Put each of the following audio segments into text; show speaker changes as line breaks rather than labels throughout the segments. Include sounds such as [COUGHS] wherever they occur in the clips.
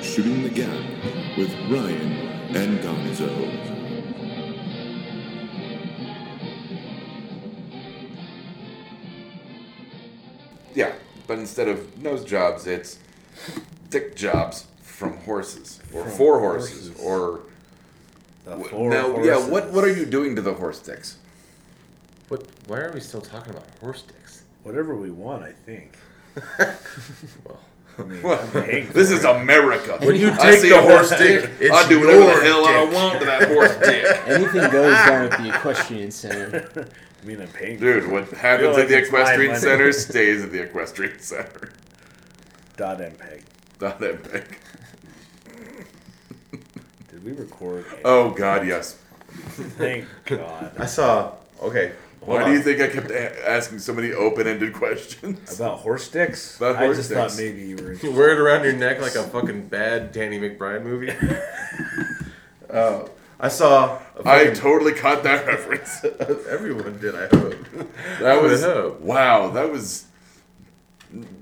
Shooting the Gap with Ryan and Gonzo.
Yeah, but instead of nose jobs, it's dick jobs from horses or
From
for horses,
horses.
or
The
wh-
four
now yeah. What
horses.
what are you doing to the horse
[LAUGHS]
dicks?
What? Why are we still talking about horse dicks?
Whatever we want, I
[LAUGHS]
think.
Well,
I mean,
this is America.
When you
I
take
see
the
a horse
horse
dick,
dick,
I
it's
do whatever the
your
hell I
dick.
want to that horse
[LAUGHS]
dick.
Anything goes down at the equestrian center.
I mean, I'm paying.
Dude, what happens
like
at the
it's my
equestrian
money. [LAUGHS]
center stays at the equestrian center. [LAUGHS]
Dot MPEG.
Not that big.
Did we record?
[LAUGHS] Oh God, yes.
Thank God.
I saw. Okay.
Why do you think I kept a- asking so many open-ended [LAUGHS] questions?
About horse sticks.
About
I
horse
just
dicks.
thought maybe you were. [LAUGHS]
You wear it around your neck like a fucking bad Danny
[LAUGHS]
McBride movie. uh, I saw. a
I
fucking-
totally caught that reference.
[LAUGHS] everyone did. I hope.
[LAUGHS] That
I would
was
hope.
wow. That was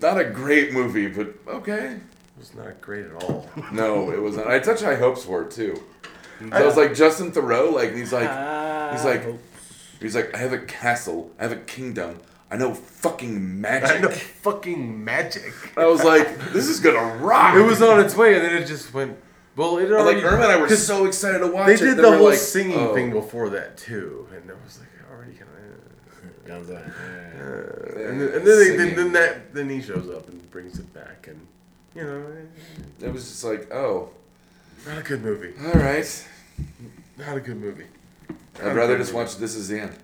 not a great movie, but okay.
It was not great at
[LAUGHS]
all.
No, it wasn't. I touched high hopes for it too. So I was like Justin Thoreau, like he's like he's like he's like I have a castle, I have a kingdom, I know fucking
I
magic.
know fucking magic.
I was like, this is gonna rock.
[LAUGHS] It was on its way, and then it just went. Well, it
And,
already.
like Irma and I were
'cause
so excited to watch
They
it.
did the
were
whole
like,
singing
oh.
thing before that too, and it was like already eh. kind of. And then, and then, they, then, then that then he shows up and brings it back, and you know,
it was just like, oh,
not a good movie.
all right.
Not a good movie.
I'd rather just watch This Is the End.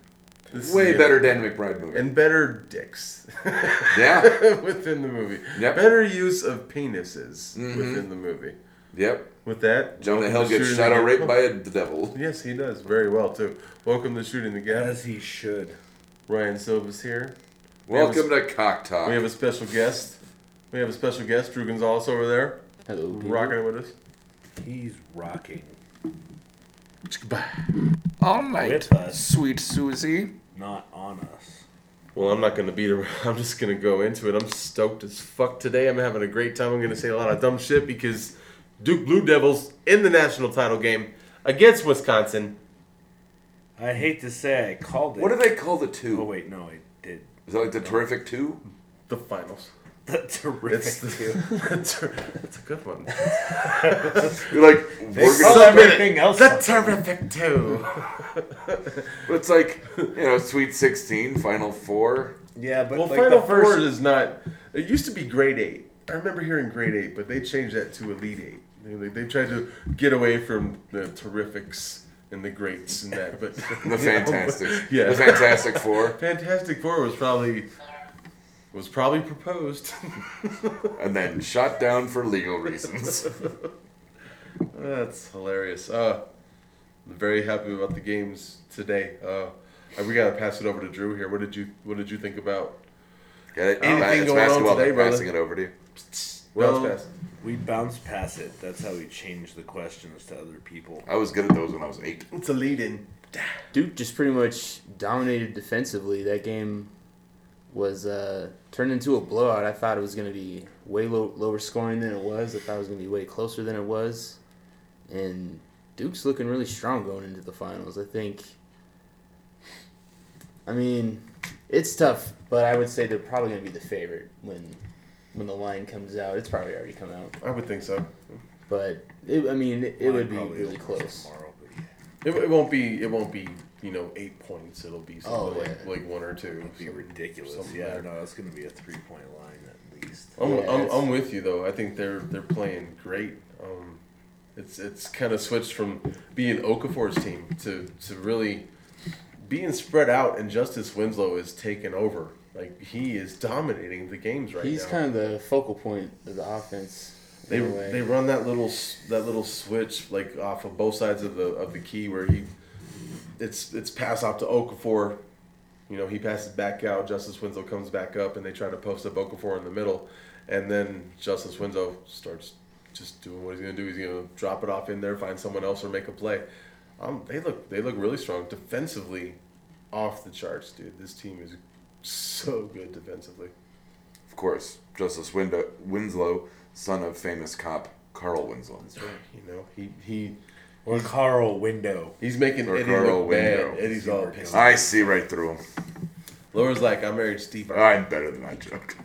This is
Way
the-
better Dan McBride movie.
and better dicks
yeah.
[LAUGHS] within the movie.
Yep.
Better use of penises within the movie.
Yep.
With that,
Jonah
welcome
Hill
to
gets
Shooting
shadow
the-
raped by a
[LAUGHS]
devil.
Yes, he does very well too. Welcome to shooting the gap.
As he should.
Ryan Silva's here.
Welcome to Cock Talk.
We have a special guest. We have a special guest, Drew Gonzalez over there,
Hello, people.
rocking it with us.
He's rocking.
All
With us,
sweet Susie.
not on us.
Well, I'm not going to beat around. [LAUGHS] I'm just going to go into it. I'm stoked as fuck today. I'm having a great time. I'm going to say a lot of dumb shit because Duke Blue Devils in the national title game against Wisconsin.
I hate to say I called it.
What do they call the two?
Oh wait, no, I did. [LAUGHS]
Is that like the terrific two?
The finals.
The
It's
terrific.
the,
two.
[LAUGHS] that's, a, that's a good [LAUGHS] one.
You're like, we're
call
gonna.
it- everything else
The
something.
terrific two.
But it's like, you know, Sweet 16, Final Four.
Yeah, but
Well,
like
Final
the first.
Four is not. It used to be Grade Eight. I remember hearing Grade Eight, but they changed that to Elite Eight. They, they, they tried to get away from the terrifics and the greats and that, [LAUGHS] but
The
[LAUGHS]
Fantastic.
Yeah.
The Fantastic
[LAUGHS]
Four.
Fantastic Four was probably was probably proposed. [LAUGHS]
And then shot down for legal
[LAUGHS]
reasons.
That's hilarious. Uh, I'm very happy about the games today. Uh, we gotta pass it over to Drew here. What did you What did you think about?
Got it?
Anything
Ba- it's
going on
basketball,
today,
they're
brother?
passing it over to you.
Well,
Well- We bounce past it. That's how we change the questions to other people.
I was good at those when I was eight.
it's a lead in.
Duke just pretty much dominated defensively. That game was uh, turned into a blowout. I thought it was going to be way low, lower scoring than it was. I thought it was going to be way closer than it was. And Duke's looking really strong going into the finals. I think. I mean, it's tough, but I would say they're probably going to be the favorite when when the line comes out. It's probably already come out,
I would think so.
but it, I mean, it, it
Mine
would be
probably
really
opens
close.
Tomorrow, but yeah.
It, it won't be. It won't be. You know, eight points. It'll be something
Oh,
like,
yeah.
like one or two.
It'd be ridiculous.
Something
yeah,
there.
no, it's going to be a three point line at least.
I'm,
Yeah,
I'm,
it's-
I'm with you though. I think they're they're playing great. Um, it's it's kind of switched from being Okafor's team to to really being spread out, and Justice Winslow is taking over. Like he is dominating the games right
He's
now.
kind of the focal point of the offense. in
they
a way.
they run that little s- that little switch like off of both sides of the of the key where he it's it's pass off to Okafor. You know, he passes back out. Justice Winslow comes back up, and they try to post up Okafor in the middle, and then Justice Winslow starts just doing what he's going to do. He's going to drop it off in there, find someone else, or make a play. Um, they look they look really strong defensively, off the charts, dude. This team is so good defensively.
Of course, Justice Windo- Winslow, son of famous cop Carl Winslow.
You know, he he
Or Carl Window.
he's making
Or
Eddie
Carl
look bad.
Wingo.
Eddie's all pissed.
I see right through him.
Laura's like, I married Steve.
I'm better than that joke.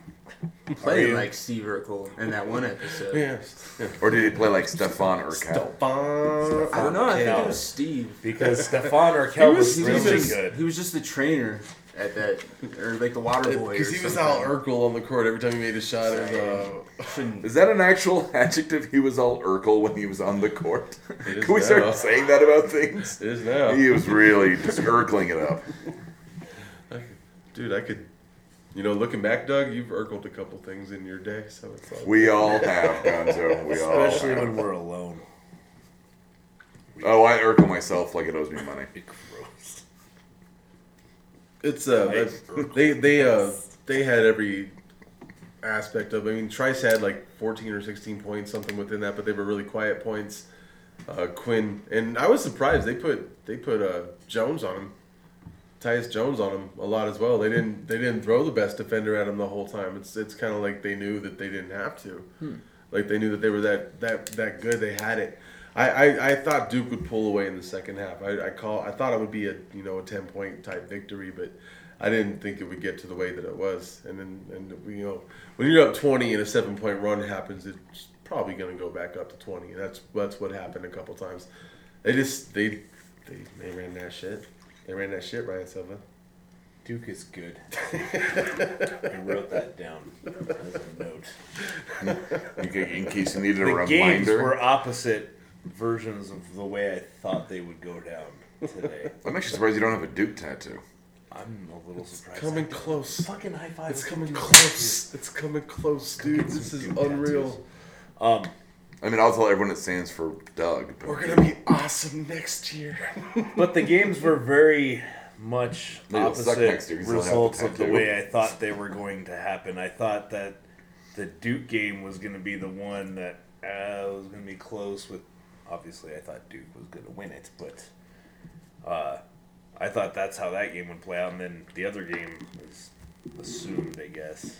Playing like Steve Urkel in that one episode.
Yes.
Or did he play like Stefan or Cal?
Stefan.
I don't know. I think
Cal.
it was Steve. [LAUGHS]
Because Stefan Urkel was,
He was,
really
just,
good.
he was just the trainer at that, or like the water boy.
Because
or
he was
something.
Al Urkel on the court every time he made a shot. It was, uh, [LAUGHS]
Shouldn't-
Is that an actual [LAUGHS] adjective? He was all Urkel when he was on the
[LAUGHS]
court.
is
Can we start
now.
saying that about things?
it is now.
He was really just Urkling it up.
Dude, I could, you know, looking back, Doug, you've Urkeled a couple things in your day, so it's all.
We all have, Gonzo. We all
Especially
have.
when we're alone.
Oh, I Urkel myself like it owes me
[LAUGHS]
money.
Gross.
It's uh,
Nice.
that's- they they uh they had every aspect of. it. I mean, Trice had like fourteen or sixteen points, something within that, but they were really quiet points. Uh, Quinn and I was surprised they put they put uh Jones on him, Tyus Jones on him a lot as well. They didn't they didn't throw the best defender at him the whole time. It's it's kind of like they knew that they didn't have to, like they knew that they were that that that good. They had it. I, I, I thought Duke would pull away in the second half. I, I call I thought it would be a you know a ten point type victory, but I didn't think it would get to the way that it was. And then and you know when you're up twenty and a seven point run happens, it's probably going to go back up to twenty, and that's that's what happened a couple times. They just they they, they ran that shit. They ran that shit, Ryan Silva.
Duke is
[LAUGHS]
good. I wrote that down as a note.
In ca- in case you needed a
The games
reminder.
were opposite versions of the way I thought they would go down today.
I'm actually surprised you don't have a Duke tattoo.
I'm a little surprised.
Coming
I-
close.
Fucking high five.
It's
with
coming
Duke.
close. It's coming close, dude.
get
This
some
is
Duke tattoos.
unreal.
Um,
I mean, I'll tell everyone it stands for Doug. But
We're gonna be awesome next year.
but the games were very much
Maybe it'll suck
opposite
next year 'cause they'll have the
results of the
tattoo.
way I thought they were going to happen. I thought that the Duke game was going to be the one that uh, was going to be close with. Obviously, I thought Duke was going to win it, but uh, I thought that's how that game would play out. And then the other game was assumed, I guess,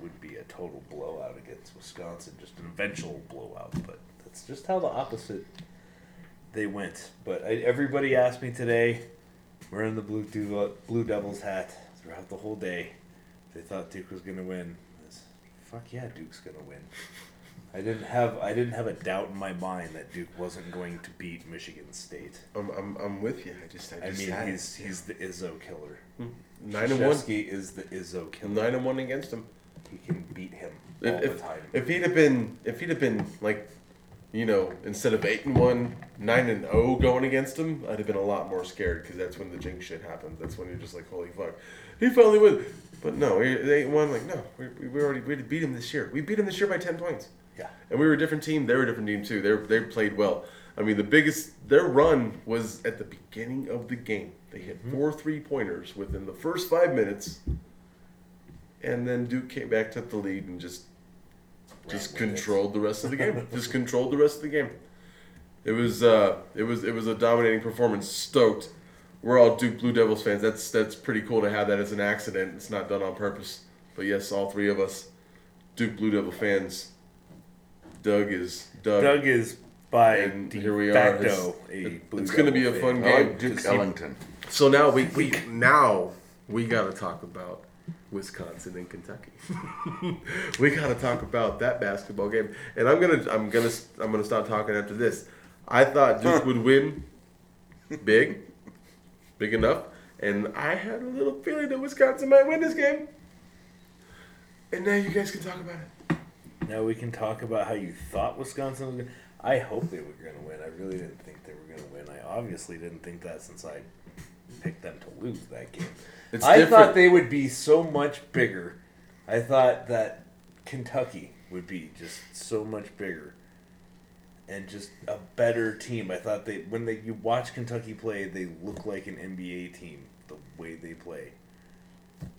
would be a total blowout against Wisconsin, just an eventual blowout. But that's just how the opposite they went. But I, everybody asked me today, wearing the blue Duva, blue Devils hat throughout the whole day. They thought Duke was gonna win. I said, Fuck yeah, Duke's gonna win. I didn't have I didn't have a doubt in my mind that Duke wasn't going to beat Michigan State.
I'm, I'm, I'm with you. I just, I
I
just
mean,
had
he's he's the Izzo killer.
it. nine and one.
Krzyzewski is the Izzo killer.
Nine and one against him.
He can beat him all
If,
the
if,
time.
if he'd have been, if he'd have been like, you know, instead of eight and one, nine and zero going against him, I'd have been a lot more scared because that's when the jinx shit happens. That's when you're just like, holy fuck, he finally won. But no, they won. Like no, we, we already we beat him this year. We beat him this year by ten points.
yeah.
And we were a different team. They were a different team too. They were- they played well. I mean, the biggest their run was at the beginning of the game. They hit
Mm-hmm.
four three pointers within the first five minutes, and then Duke came back took the lead and just just
with it.
controlled the rest of the game.
[LAUGHS]
just controlled the rest of the game. It was uh, it was it was a dominating performance. Stoked. We're all Duke Blue Devils fans. That's that's pretty cool to have that as an accident. It's not done on purpose. But yes, all three of us, Duke Blue Devil fans. Doug is Doug.
Doug is by
And
de
here we are.
facto
It's-
a Blue
it's gonna be
Devil
a
fan.
fun
I
game.
like Duke
Just-
Ellington.
So now we,
[LAUGHS]
we now we got to talk about Wisconsin and Kentucky. [LAUGHS] we got to talk about that basketball game, and I'm gonna I'm gonna I'm gonna stop talking after this. I thought Duke would win big, big enough, and I had a little feeling that Wisconsin might win this game. And now you guys can talk about it.
Now we can talk about how you thought Wisconsin was going to. I hope they were going to win. I really didn't think they were going to win. I obviously didn't think that since I picked them to lose that game.
It's
I
different.
thought they would be so much bigger. I thought that Kentucky would be just so much bigger and just a better team. I thought they when they you watch Kentucky play, they look like an NBA team the way they play.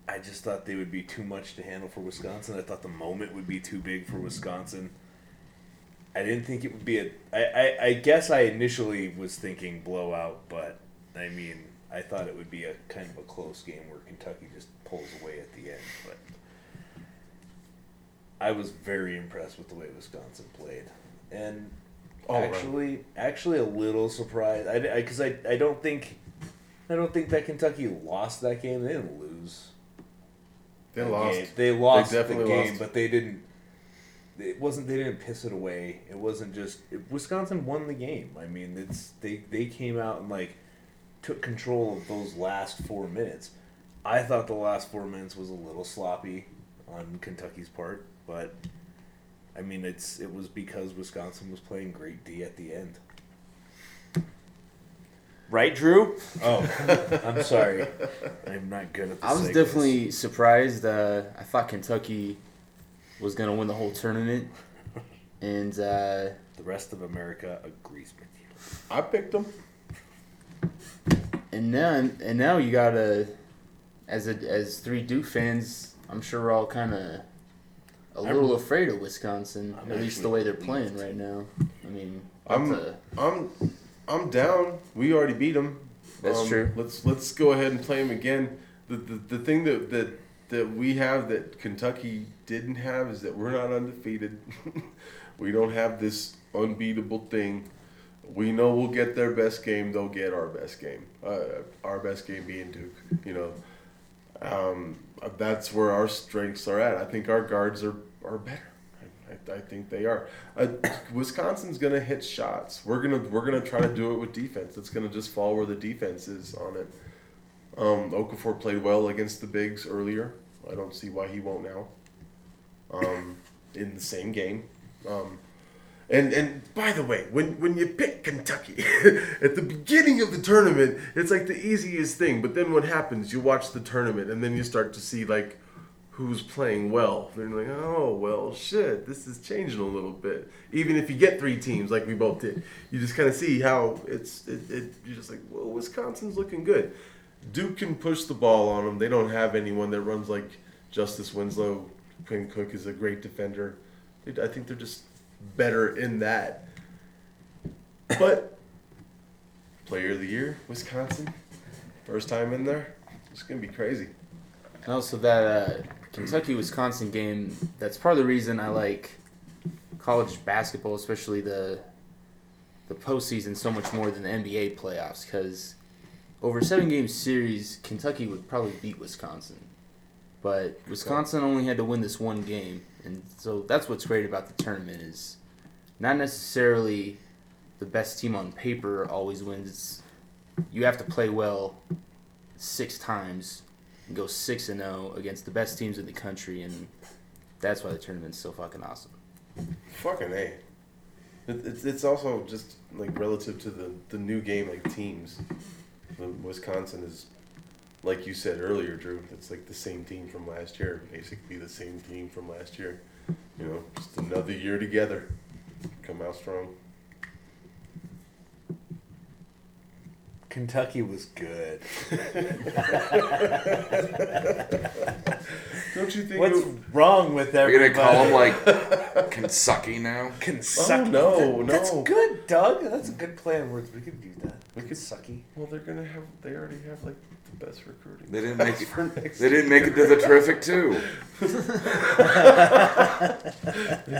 I just thought they would be too much to handle for Wisconsin. I thought the moment would be too big for Wisconsin. I didn't think it would be a. I, I, I guess I initially was thinking blowout, but I mean, I thought it would be a kind of a close game where Kentucky just pulls away at the end. But I was very impressed with the way Wisconsin played, and
All right.
actually, actually a little surprised. I because I, I, don't think, I don't think that Kentucky lost that game. They didn't lose.
They
that
lost.
game. They lost
definitely
the game,
lost.
but they didn't. It wasn't. They didn't piss it away. It wasn't just it, Wisconsin won the game. I mean, it's they they came out and like took control of those last four minutes. I thought the last four minutes was a little sloppy on Kentucky's part, but I mean, it's it was because Wisconsin was playing great D at the end.
Right, Drew?
Oh, [LAUGHS] I'm sorry. I'm not good at. The
I was
segues.
definitely surprised. Uh, I thought Kentucky was going to win the whole tournament. And uh,
the rest of America agrees with you.
I picked them.
and now and now you got to as a, as three Duke fans, I'm sure we're all kind of a little afraid of Wisconsin,
I'm
at least the
actually
way they're
relieved.
playing right now. I mean,
I'm
that's a-
I'm I'm down. We already beat them. Um,
That's true.
Let's let's go ahead and play them again. The, the the thing that that that we have that Kentucky didn't have is that we're not undefeated. [LAUGHS] we don't have this unbeatable thing. We know we'll get their best game. They'll get our best game. Uh, our best game being Duke. You know, um, that's where our strengths are at. I think our guards are, are better. I, I, I think they are. Uh, [COUGHS] Wisconsin's gonna hit shots. We're gonna we're gonna try to do it with defense. It's gonna just fall where the defense is on it. Um, Okafor played well against the bigs earlier. I don't see why he won't now. Um, in the same game. Um, and and by the way, when when you pick Kentucky [LAUGHS] at the beginning of the tournament, it's like the easiest thing. But then what happens? You watch the tournament, and then you start to see like who's playing well. They're like, oh well, shit, this is changing a little bit. Even if you get three teams like we both did, you just kind of see how it's it, it. You're just like, well, Wisconsin's looking good. Duke can push the ball on them. They don't have anyone that runs like Justice Winslow. Quinn Cook is a great defender. They- I think they're just better in that. But player of the year, Wisconsin, first time in there. It's gonna be crazy.
And also that uh, Kentucky Wisconsin game. That's part of the reason I like college basketball, especially the the postseason, so much more than the NBA playoffs. Because over a seven game series, Kentucky would probably beat Wisconsin, but Wisconsin only had to win this one game, and so that's what's great about the tournament is not necessarily the best team on paper always wins. It's, you have to play well six times and go six and zero against the best teams in the country, and that's why the tournament's so fucking awesome.
Fucking a. It, it's it's also just like relative to the the new game like teams. The Wisconsin is, like you said earlier, Drew. It's like the same team from last year, basically the same team from last year. You know, just another year together. Come out strong.
Kentucky was [LAUGHS] good.
Don't you think?
What's
it-
wrong with
Are you
everybody?
gonna call him
[LAUGHS]
like Kentucky now?
oh
Kentucky.
no,
[LAUGHS]
no.
That's good, Doug. That's a good play on words. We could do that. We could sucky.
Well, they're gonna have. They already have like the best recruiting.
They didn't make it.
for
[LAUGHS]
next
They didn't make it to the terrific two.
year.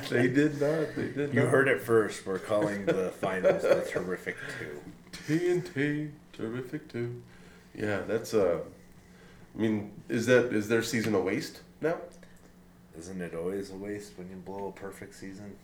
They did not. They did
You
not.
heard it first. We're calling [LAUGHS] the finals the terrific two.
TNT terrific too. Yeah, that's uh. I mean, is that is their season a waste now?
Isn't it always a waste when you blow a perfect season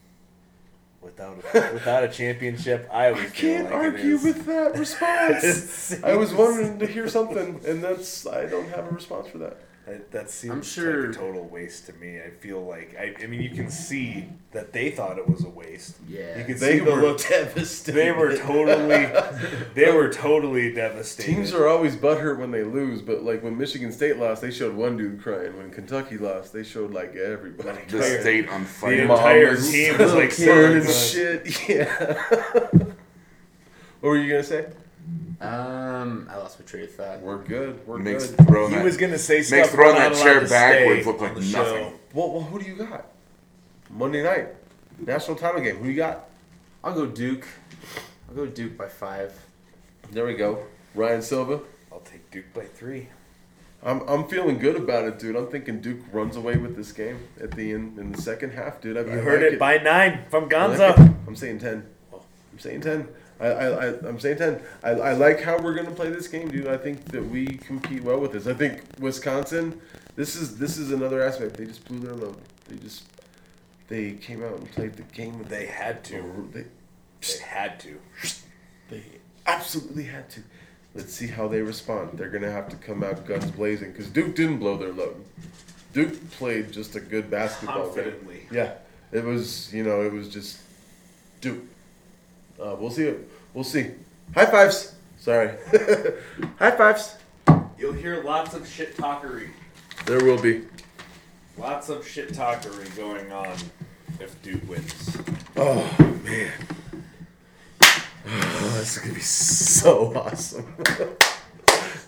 without [LAUGHS] a, without a championship? I always
I can't
feel like it
argue
is.
with that response. [LAUGHS]
It
I was wanting to hear something, and that's I don't have a response for that.
That, that seems
I'm sure-
like a total waste to me. I feel like I, I mean you can see that they thought it was a waste.
Yeah.
you can
They
see the
were
look.
devastated.
They were totally, [LAUGHS] they were totally devastated.
Teams are always butthurt when they lose, but like when Michigan State lost, they showed one dude crying. When Kentucky lost, they showed like [LAUGHS] everybody.
The state on
the
fire.
Mom
entire
is-
team was like
Burning
so good.
shit. Yeah. what were you gonna say?
Um, I lost my train of thought.
We're good. We're
Makes
good.
throwing
He
that,
was gonna say stuff.
makes throwing
we're
that
not allowed
chair
to
backwards
say
look like
on the show.
nothing.
Well, well, who do you got? Monday night, national title game. Who you got?
I'll go Duke. I'll go Duke by five.
There we go. Ryan Silva.
I'll take Duke by three.
I'm, I'm feeling good about it, dude. I'm thinking Duke runs away with this game at the end in the second half, dude. I,
You heard it, by nine from Gonzo.
I'm saying ten. I'm saying ten. I, I, I I'm saying ten. I, I like how we're gonna play this game, dude. I think that we compete well with this. I think Wisconsin. This is this is another aspect. They just blew their load. They just they came out and played the game. that
They had to.
They
They had to.
they absolutely had to. Let's see how they respond. They're gonna have to come out guns blazing because Duke didn't blow their load. Duke played just a good basketball
Confidently.
game. Yeah, it was you know it was just Duke. Uh, we'll see. We'll see. High fives. Sorry. [LAUGHS] High fives.
You'll hear lots of shit talkery.
There will be.
Lots of shit talkery going on if Duke wins.
Oh man. Oh, this is gonna be so awesome. [LAUGHS]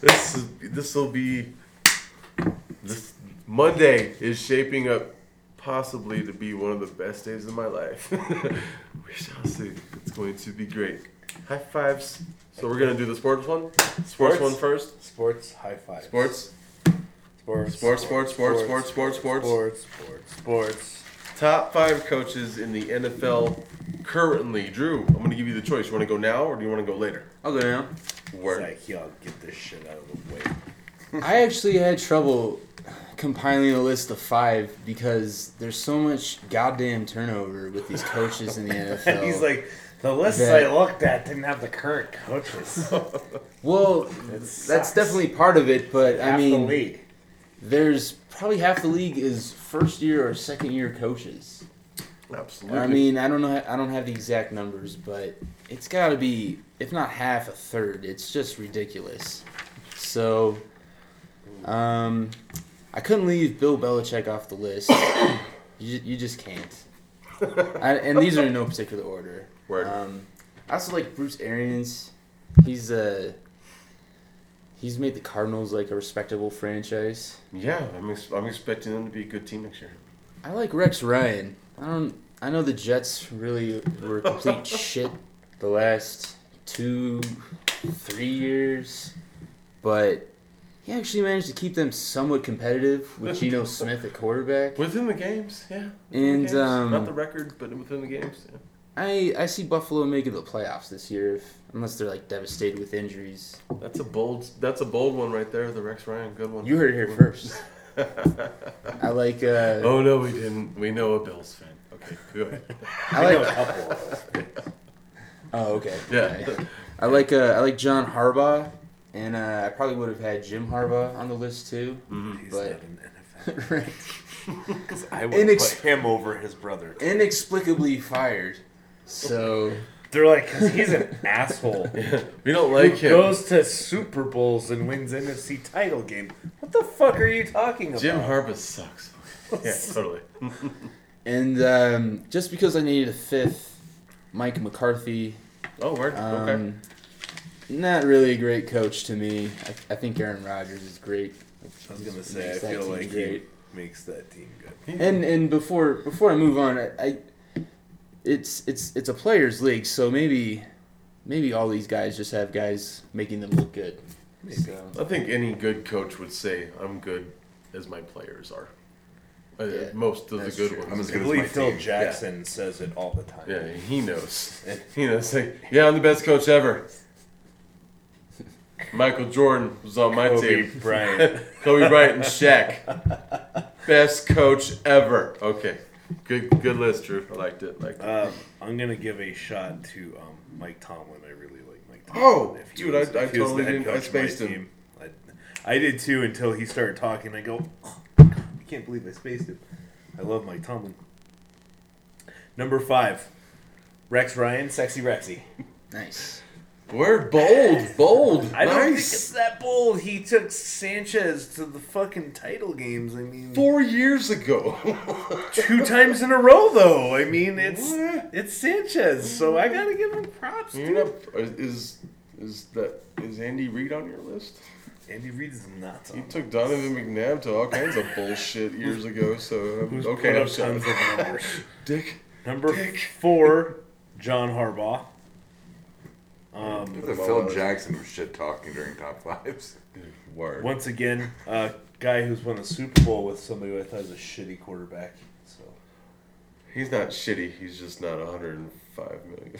this is this will be this Monday is shaping up possibly to be one of the best days of my life. [LAUGHS] we shall see. It's going to be great. High fives. So we're gonna do the sports one. Sports,
Sports?
one first.
Sports, high five.
Sports.
Sports,
Sports, sports, sports, sports, sports, sports.
sports, sports, sports.
Top five coaches in the NFL currently. Drew, I'm gonna give you the choice. You wanna go now or do you wanna go later?
I'll go down.
Word.
Like, y'all get this shit out of the way. [LAUGHS]
[LAUGHS] I actually had trouble compiling a list of five because there's so much goddamn turnover with these
[LAUGHS]
coaches in the NFL.
He's like, the lists
That-
I looked at didn't have the current [LAUGHS] coaches.
well,
sucks.
that's definitely part of it, but I
Half
mean,
the league.
there's probably half the league is first year or second year coaches.
Absolutely.
I mean, I don't know, I don't have the exact numbers, but it's got to be, if not half, a third. It's just ridiculous. So, um, I couldn't leave Bill Belichick off the list. [COUGHS] you, you just can't. I, and these are in no particular order.
Word.
Um, I also like Bruce Arians. He's uh, he's made the Cardinals like a respectable franchise.
yeah, I'm, ex- I'm expecting them to be a good team next year.
I like Rex Ryan. I don't. I know the Jets really were complete
[LAUGHS]
shit the last two, three years, but he actually managed to keep them somewhat competitive
[LAUGHS]
with Geno Smith at quarterback.
Within the games, yeah.
And,
Within the games.
um,
not the record, but within the games. Yeah.
I I see Buffalo making the playoffs this year, if, unless they're like devastated with injuries.
That's a bold. That's a bold one right there. The Rex Ryan, good one.
You heard it here
[LAUGHS]
first. I like. Uh,
Oh no, we didn't. We know a Bills fan. Okay, good.
[LAUGHS] I
I know a
like.
couple of us.
[LAUGHS] Oh, okay.
Yeah.
I like uh, I like John Harbaugh, and uh, I probably would have had Jim Harbaugh on the list too.
He's not
But-
an [LAUGHS] NFL.
[LAUGHS] right.
Because hmm, I would
Inex-
put him over his brother.
Inexplicably fired. So
They're like, because he's an [LAUGHS] asshole.
we don't like
Who
him.
goes to Super Bowls and wins NFC title game. What the fuck are you talking about?
Jim Harbaugh sucks. yeah, totally.
and um, just because I needed a fifth, Mike McCarthy.
Oh, word.
Um,
okay.
Not really a great coach to me. I, I think Aaron Rodgers is great.
I was gonna say, I
Makes that
feel
team
like he
great.
makes that team good.
And and before before I move on, I, I it's it's it's a players league, so maybe maybe all these guys just have guys making them look good. So,
I think any good coach would say, "I'm good as my players are." Uh,
Yeah,
most of the
that's
good
true.
ones.
I'm as
I
good as my
believe Phil
team.
Jackson says it all the time.
Yeah, he knows. He knows. Like, yeah, I'm the best coach ever. Michael Jordan was on my
Kobe
team. [LAUGHS]
Bryant.
Kobe Bryant and Shaq. Best coach ever. Okay. Good good list, Drew. I liked it. Liked it.
um, I'm gonna give a shot to um, Mike Tomlin. I really like Mike Tomlin.
Oh,
If he
dude,
was-
I- I
if he was the
totally
head
didn't- I
coach of my
spaced him.
team, I, I did too until he started talking. I go, oh, God, I can't believe I spaced him. I love Mike Tomlin. Number five, Rex Ryan, sexy Rexy.
nice.
We're bold. Bold.
I don't think it's
nice.
that bold. He took Sanchez to the fucking title games. I mean,
Four years ago.
[LAUGHS]
[LAUGHS]
two times in a row, though. I mean, it's
What?
it's Sanchez, so I gotta give him props.
You're
Dude.
not, is is that is Andy Reid on your list?
Andy Reid is not
He
on.
took Donovan McNabb to all kinds of bullshut years ago, so um,
Who's put
okay,
up
I'm
tons
shut.
of [LAUGHS] numbers.
Dick.
Number four, John Harbaugh.
Look at Phil Jackson was shit talking during top fives.
Word.
Once again, a guy who's won a Super Bowl with somebody who I thought was a shitty quarterback. So
He's not shitty. He's just not 105 million.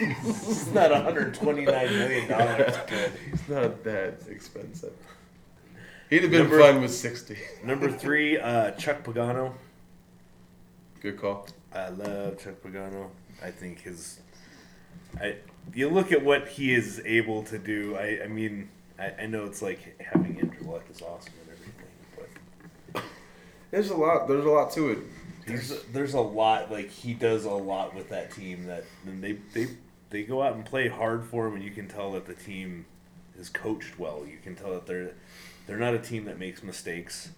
[LAUGHS]
it's not 129 million [LAUGHS] dollars.
He's not that expensive. He'd have been
Number-
fine with 60.
Number three, uh, Chuck Pagano.
Good call.
I love Chuck Pagano. I think his, I you look at what he is able to do. I, I mean, I, I know it's like having Andrew Luck is awesome and everything, but
There's a lot. There's a lot to it.
there's there's a lot like he does a lot with that team that and they they they go out and play hard for him and you can tell that the team is coached well. You can tell that they're they're not a team that makes mistakes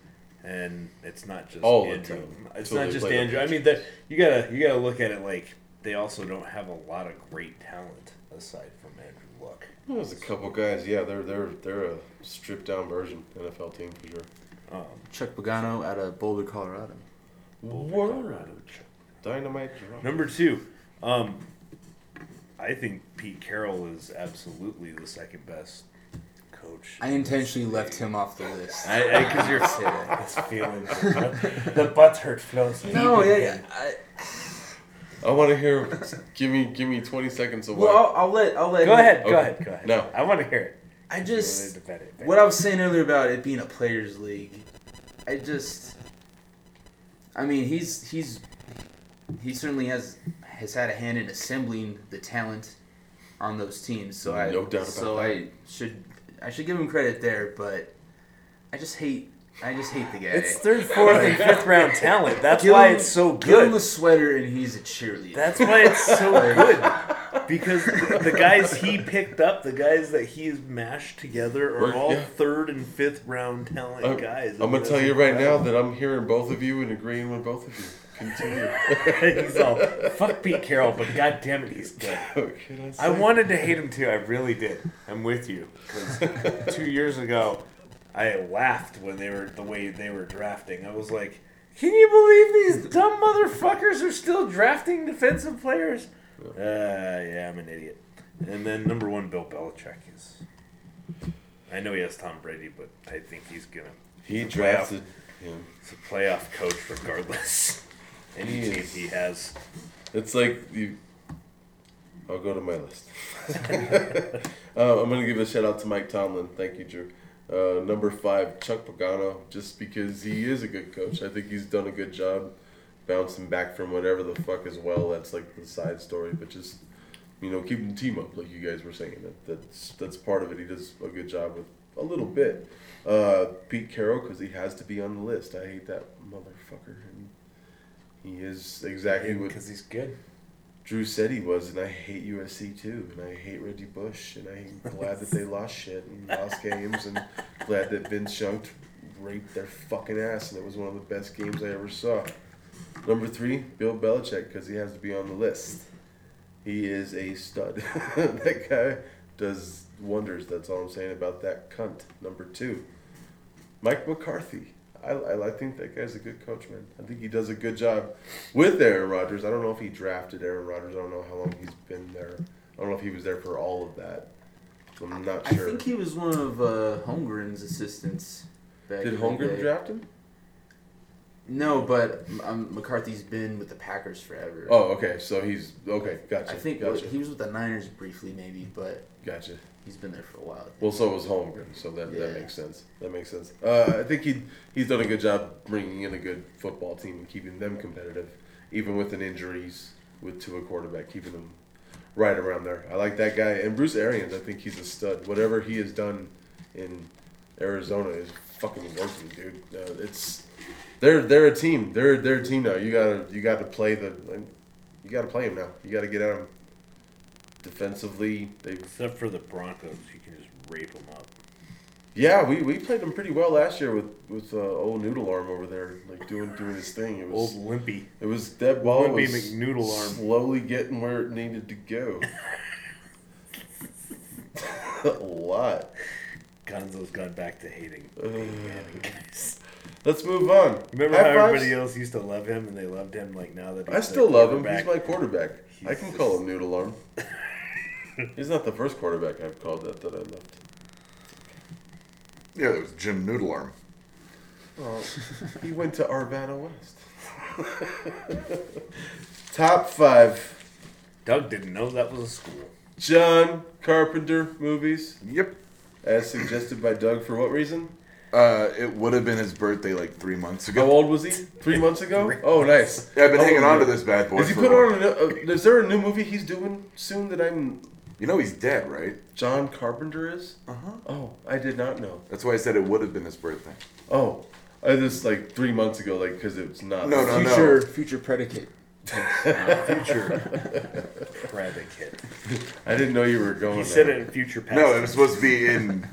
and it's not just
All the
Andrew.
time.
It's
Till
not
they
just
play the
Andrew. I mean that you gotta you gotta look at it like they also don't have a lot of great talent aside from Andrew Luck.
There's a couple guys. Yeah, they're they're they're a stripped down version NFL team for sure.
Chuck Pagano out of Boulder, Colorado.
Word. Dynamite drop.
Number two, um, I think Pete Carroll is absolutely the second best coach. [LAUGHS]
I intentionally left him off the list.
I, I,
[LAUGHS]
cause you're
Say that.
it's feeling the butt hurt feels.
No, yeah, yeah. I,
I want to hear. Give me give me 20 seconds away.
well, I'll, I'll let I'll let.
Go
him-
ahead, go
Okay.
ahead, go ahead.
No.
I want to hear it.
I
You wanna
just
defend it,
what I was saying earlier about it being a players' league. I just, I mean, he's he's he certainly has has had a hand in assembling the talent on those teams. So I
No doubt about
so
that.
I should I should give him credit there, but I just hate I just hate the guy.
It's third, fourth, and fifth round
[LAUGHS]
talent. That's why it's so
Give him a
good.
sweater and he's a
[LAUGHS]
cheerleader.
That's why it's so
Like,
good. Because the guys he picked up, the guys that he's mashed together, are
We're-
all
yeah.
third and fifth round talent
I'm,
guys.
I'm gonna tell you right now that I'm hearing both of you and agreeing with both of you. Continue.
[LAUGHS] he's all fuck Pete Carroll, but goddamn it, he's good.
What can I say?
I wanted to hate him too. I really did. I'm with you. 'Cause two years ago, I laughed when they were the way they were drafting. I was like, "Can you believe these dumb motherfuckers are still drafting defensive players?" Uh, yeah, I'm an idiot. And then number one, Bill Belichick is. I know he has Tom Brady, but I think he's gonna
He drafted him.
he's a playoff coach regardless. Any
He
team
is.
he has.
It's like you. I'll go to my list. uh, I'm gonna give a shout out to Mike Tomlin. Thank you, Drew. Uh, number five, Chuck Pagano, just because he is a good coach. I think he's done a good job bouncing back from whatever the fuck as well. That's like the side story, but just you know, keeping the team up, like you guys were saying. That, that's that's part of it. He does a good job with a little bit. Uh, Pete Carroll, because he has to be on the list. I hate that motherfucker. And he is exactly what
Because he's good.
Drew said he was, and I hate USC too, and I hate Reggie Bush, and I'm glad that they lost shit and lost games, and glad that Vince Young raped their fucking ass, and it was one of the best games I ever saw. Number three, Bill Belichick, because he has to be on the list. He is a stud. [LAUGHS] that guy does wonders. That's all I'm saying about that cunt. Number two, Mike McCarthy. I, I, I think that guy's a good coach, man. I think he does a good job with Aaron Rodgers. I don't know if he drafted Aaron Rodgers. I don't know how long he's been there. I don't know if he was there for all of that. I'm not
I
sure.
think he was one of uh, Holmgren's assistants. Back
Did
in the
Holmgren
day.
draft him?
No, but um, McCarthy's been with the Packers forever.
Oh, okay. So he's okay. Gotcha.
I think
gotcha.
he was with the Niners briefly, maybe, but
gotcha.
he's been there for a while.
Well, so was Holmgren, so that, that
Yeah.
makes sense. That makes sense. Uh, I think he he's done a good job bringing in a good football team and keeping them competitive, even with an injuries with to a quarterback, keeping them right around there. I like that guy and Bruce Arians. I think he's a stud. Whatever he has done in Arizona is fucking working, dude. Uh, it's they're they're a team. They're they're a team now. You gotta you gotta play the like, you gotta play him now. You gotta get at him defensively. They
Except for the Broncos, you can just rape them up.
Yeah, we, we played him pretty well last year with with uh, old Noodle Arm over there, like doing doing his thing. It
Old
was
Limpy.
it was that ball
Wimpy
was
McNoodle Arm.
slowly getting where it needed to
[LAUGHS]
go. [LAUGHS] A lot.
Gonzo's gone back to hating. hating Manning, guys.
Let's move on.
Remember
High
how
fives?
everybody else used to love him and they loved him like now that
I
he's
still
their
love him. He's
quarterback? [LAUGHS]
my quarterback. I can call him Noodle Arm. He's not the first quarterback I've called that that I left.
Yeah, there was Jim Noodle Arm.
Oh, he went to Arvada West. [LAUGHS] Top five
Doug didn't know that was a [LAUGHS] school.
John Carpenter movies,
Yep.
as suggested by Doug. For what reason?
Uh, it would have been his birthday like three months
How
ago.
old was he? Three months ago. Oh, nice.
Yeah, I've been
How
hanging
old
on to
was
this bad
he?
boy.
Is he
for
put
a while.
on? A, uh, is there a new movie he's doing soon that I'm
You know he's dead, right?
John Carpenter is?
Uh-huh.
Oh, I did not know.
That's why I said it would have been his birthday.
Oh, I just like three months ago, like because it's not.
No, no, no.
Future future predicate.
Future predicate.
I didn't know you were going.
He said
there.
Oh, it in future past.
No, it was supposed to be in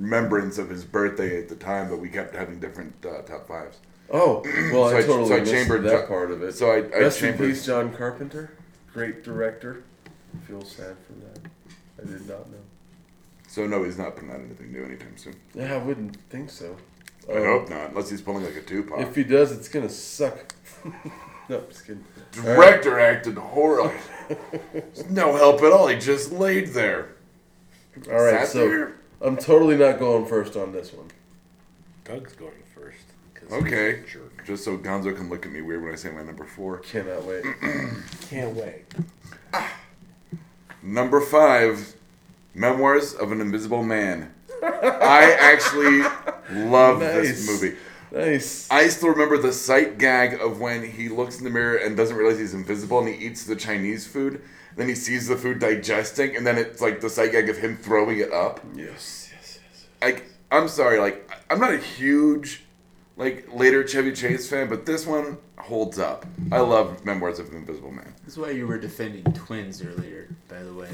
remembrance of his birthday at the time, but we kept having different uh, top fives.
Oh, well,
So
I
I-
totally
so I
missed
chambered
that
Jo-
part of it.
so I- I
rest in
chambered-
peace, John Carpenter, great director. I feel sad for that. I did not know.
So no, he's not putting out anything new anytime soon.
Yeah, I wouldn't think so.
I
Um,
hope not, unless he's pulling like a Tupac.
If he does, it's gonna suck. [LAUGHS] no, just kidding.
Director acted horrible. There's [LAUGHS] no help at all. He just laid there.
All right,
Sat
so
there?
I'm totally not going first on this one.
Doug's going first. 'cause he's
Okay.
a Jerk.
Just so Gonzo can look at me weird when I say my number four. [CLEARS THROAT]
Cannot wait.
Can't wait.
Number five, Memoirs of an Invisible Man. I actually love
Nice.
this movie.
Nice.
I still remember the sight gag of when he looks in the mirror and doesn't realize he's invisible and he eats the Chinese food. Then he sees the food digesting, and then it's like the sight gag of him throwing it up.
Yes, yes, yes.
Like, I'm sorry, like, I'm not a huge, like, later Chevy Chase fan, but this one holds up. I love Memoirs of an Invisible Man
That's why you were defending twins earlier, by the way.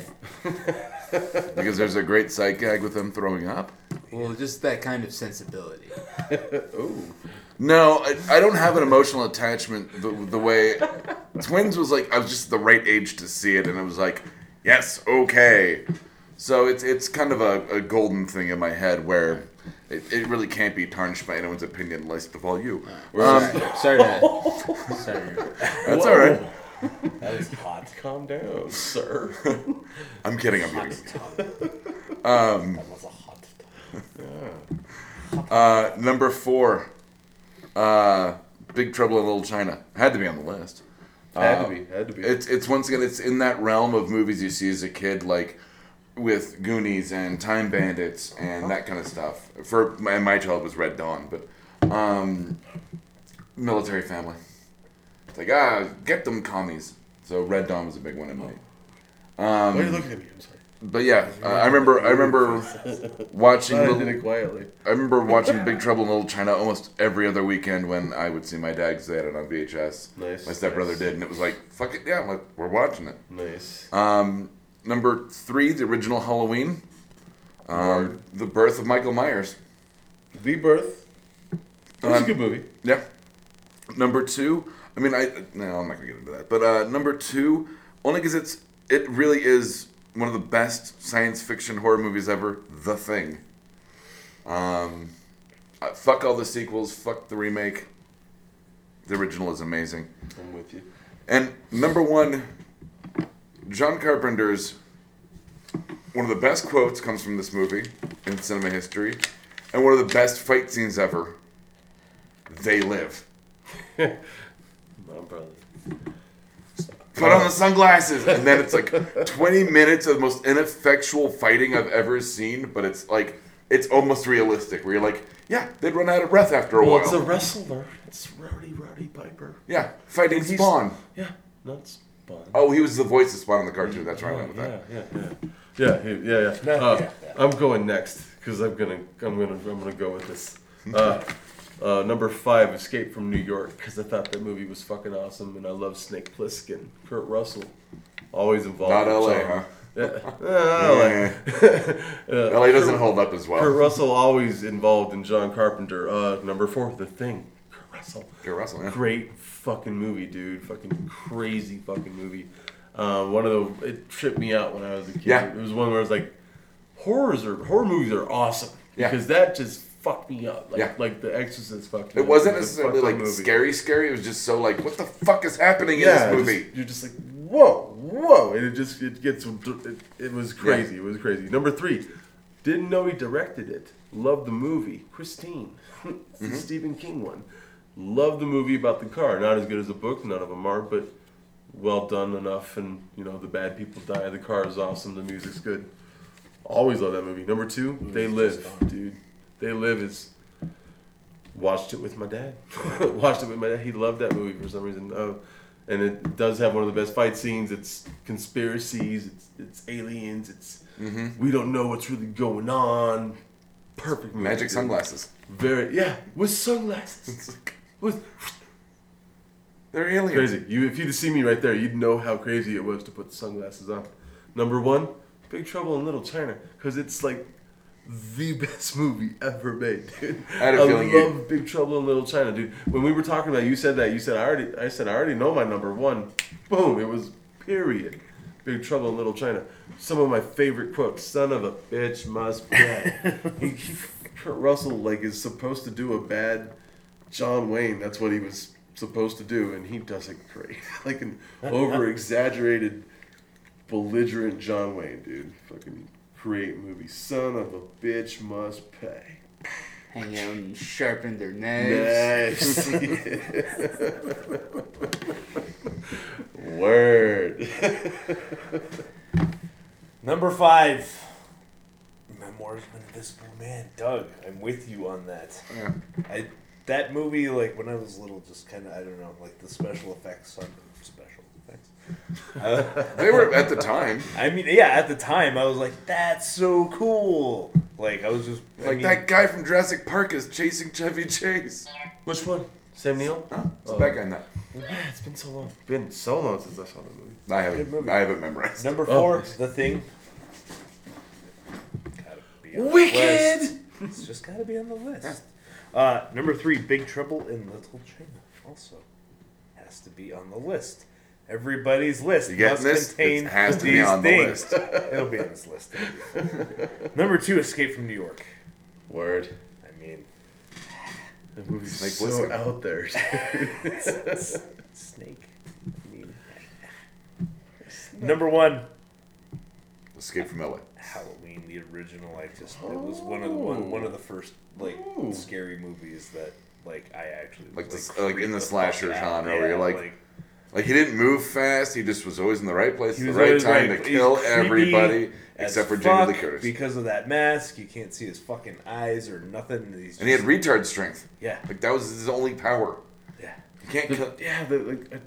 because there's a great sight gag with him throwing up.
Well, just that kind of sensibility.
No, I, I don't have an emotional attachment the, the way Twins was like. I was just the right age to see it, and I was like, yes, okay. So it's it's kind of a, a golden thing in my head where it, it really can't be tarnished by anyone's opinion, least of all you.
sorry, sorry, to, sorry.
That's all right.
That is hot.
Calm [LAUGHS] down, sir.
I'm kidding. I'm kidding.
That was a hot.
Uh, number four, uh, Big Trouble in Little China had to be on the list.
had
Um,
to be. Had to be.
It's it's once again it's in that realm of movies you see as a kid, like with Goonies and Time Bandits and that kind of stuff. For my, my child was Red Dawn, but um, military family. It's like ah, get them commies. So Red Dawn was a big one in my.
Why are you looking at me? I'm sorry.
But yeah, uh, I remember I
[LAUGHS]
remember watching
Glad I did
Little-
it quietly.
I remember watching Big Trouble in Little China almost every other weekend when I would see my dad because they had it on VHS.
Nice,
My stepbrother
nice.
did, and it was like, fuck it, yeah, I'm like, we're watching it.
Nice.
Um, number three, the original Halloween. Um, the birth of Michael Myers.
the Birth. It was
Um,
a good movie.
Yeah. Number two, I mean, I no, I'm not gonna get into that. But uh, number two, only because it's it really is one of the best science fiction horror movies ever. The Thing. Um, uh, fuck all the sequels. Fuck the remake. The original is amazing.
I'm with you.
And number one, John Carpenter's one of the best quotes comes from this movie in cinema history, and one of the best fight scenes ever. They live.
My brother.
Put on the sunglasses, and then it's like 20 minutes of the most ineffectual fighting I've ever seen. But it's like it's almost realistic, where you're like, yeah, they'd run out of breath after a
Well,
while.
it's a wrestler. It's Rowdy Rowdy Piper.
yeah, fighting
And he's-
Spawn.
Yeah, not Spawn.
Oh, he was the voice of Spawn in the cartoon. That's where I went with that.
yeah, yeah, yeah, yeah, he- yeah, yeah. Uh, I'm going next because I'm gonna, I'm gonna, I'm gonna go with this. Uh, uh, number five, Escape from New York, because I thought that movie was fucking awesome, and I love Snake Plissken, Kurt Russell, always involved.
Not
with
LA,
John.
huh?
Yeah, uh,
Eh.
LA. Uh,
LA doesn't hold up as well.
Kurt Russell always involved in John Carpenter. Uh, number four, The Thing. Kurt Russell.
Kurt Russell, yeah.
Great fucking movie, dude. Fucking crazy fucking movie. Uh, one of the it tripped me out when I was a kid.
Yeah.
It was one where I was like, horrors are horror movies are awesome
Yeah.
because that just fucked me up. Like,
Yeah.
like The Exorcist fucked. me
It
up.
wasn't
was a
necessarily
fucked up
like
movie.
scary, scary. It was just so like, what the fuck is happening
Yeah,
in this movie?
just- you're just like, whoa, whoa! And it just it gets it, it was crazy. It was crazy. Number three, didn't know he directed it. Loved the movie. Christine, [LAUGHS] It's
Mm-hmm.
the Stephen King one. Loved the movie about the car. Not as good as the book. None of them are, but well done enough. And you know the bad people die. The car is awesome. The music's good. Always love that movie. Number two, They Live, dude. They Live is watched it with my dad. [LAUGHS] watched it with my dad. He loved that movie for some reason. Oh, and it does have one of the best fight scenes. It's conspiracies. It's it's aliens. It's
Mm-hmm.
we don't know what's really going on. Perfect movie,
Magic
dude.
sunglasses.
Very yeah, with sunglasses.
[LAUGHS]
with
They're aliens.
crazy. You if you'd see me right there, you'd know how crazy it was to put sunglasses on. Number one, Big Trouble in Little China, because it's like the [LAUGHS] best movie ever made, dude. I,
had a feeling you-
love Big Trouble in Little China, dude. When we were talking about, you said that you said I already, I said I already know my number one. Boom! It was period. Big Trouble in Little China. Some of my favorite quotes: "Son of a bitch must pay."
[LAUGHS]
Kurt Russell like is supposed to do a bad John Wayne. That's what he was supposed to do, and he does it great. [LAUGHS] like an over exaggerated, belligerent John Wayne, dude. Fucking great movie. Son of a bitch must pay.
Hang out and sharpen their knives.
Nice. [LAUGHS] Word.
Number five. Memoirs of an Invisible Man. Doug, I'm with you on that.
Yeah.
I that movie, like when I was little, just kind of I don't know, like the special effects on special effects. Uh,
They were at the time.
I mean, yeah, at the time I was like, that's so cool. Like I was just I
Like
mean,
that guy from Jurassic Park is chasing Chevy Chase.
Which one? Sam Neill?
Huh? It's the bad guy in that.
Yeah, it's been so long. Been so long since I saw the movie.
I
Good
haven't.
movie.
I haven't memorized.
Number
Oh.
four, The Thing. Gotta be on the
Wicked!
list. It's just gotta be on the list. Uh, number three, Big Trouble in Little China. Also, has to be on the list. Everybody's list
You getting
must
this?
contain
It has to be
these
on the
things. [LAUGHS] It'll be on this list. number two, Escape from New York.
Word.
I mean,
That movie's
Like,
so [LAUGHS]
listen.
out there.
Snake. I mean, number one,
Escape from LA.
Halloween, the original. I just it was one of the one, one of the first like
Ooh.
scary movies that like I actually
Like
was,
the- like in
creeped
the
fuck
slasher
out.
genre where you're like, Like he didn't move fast. He just was always in the right place
he
at the
was
right
always
time to
right- he's
kill
creepy
everybody
as
except for Jamie Lee
fuck
Curtis.
because of that mask. You can't see his fucking eyes or nothing. And, he's
and he had
just-
retard strength.
yeah
Like that was his only power.
yeah.
You can't
[LAUGHS]
kill.
yeah, the, like, I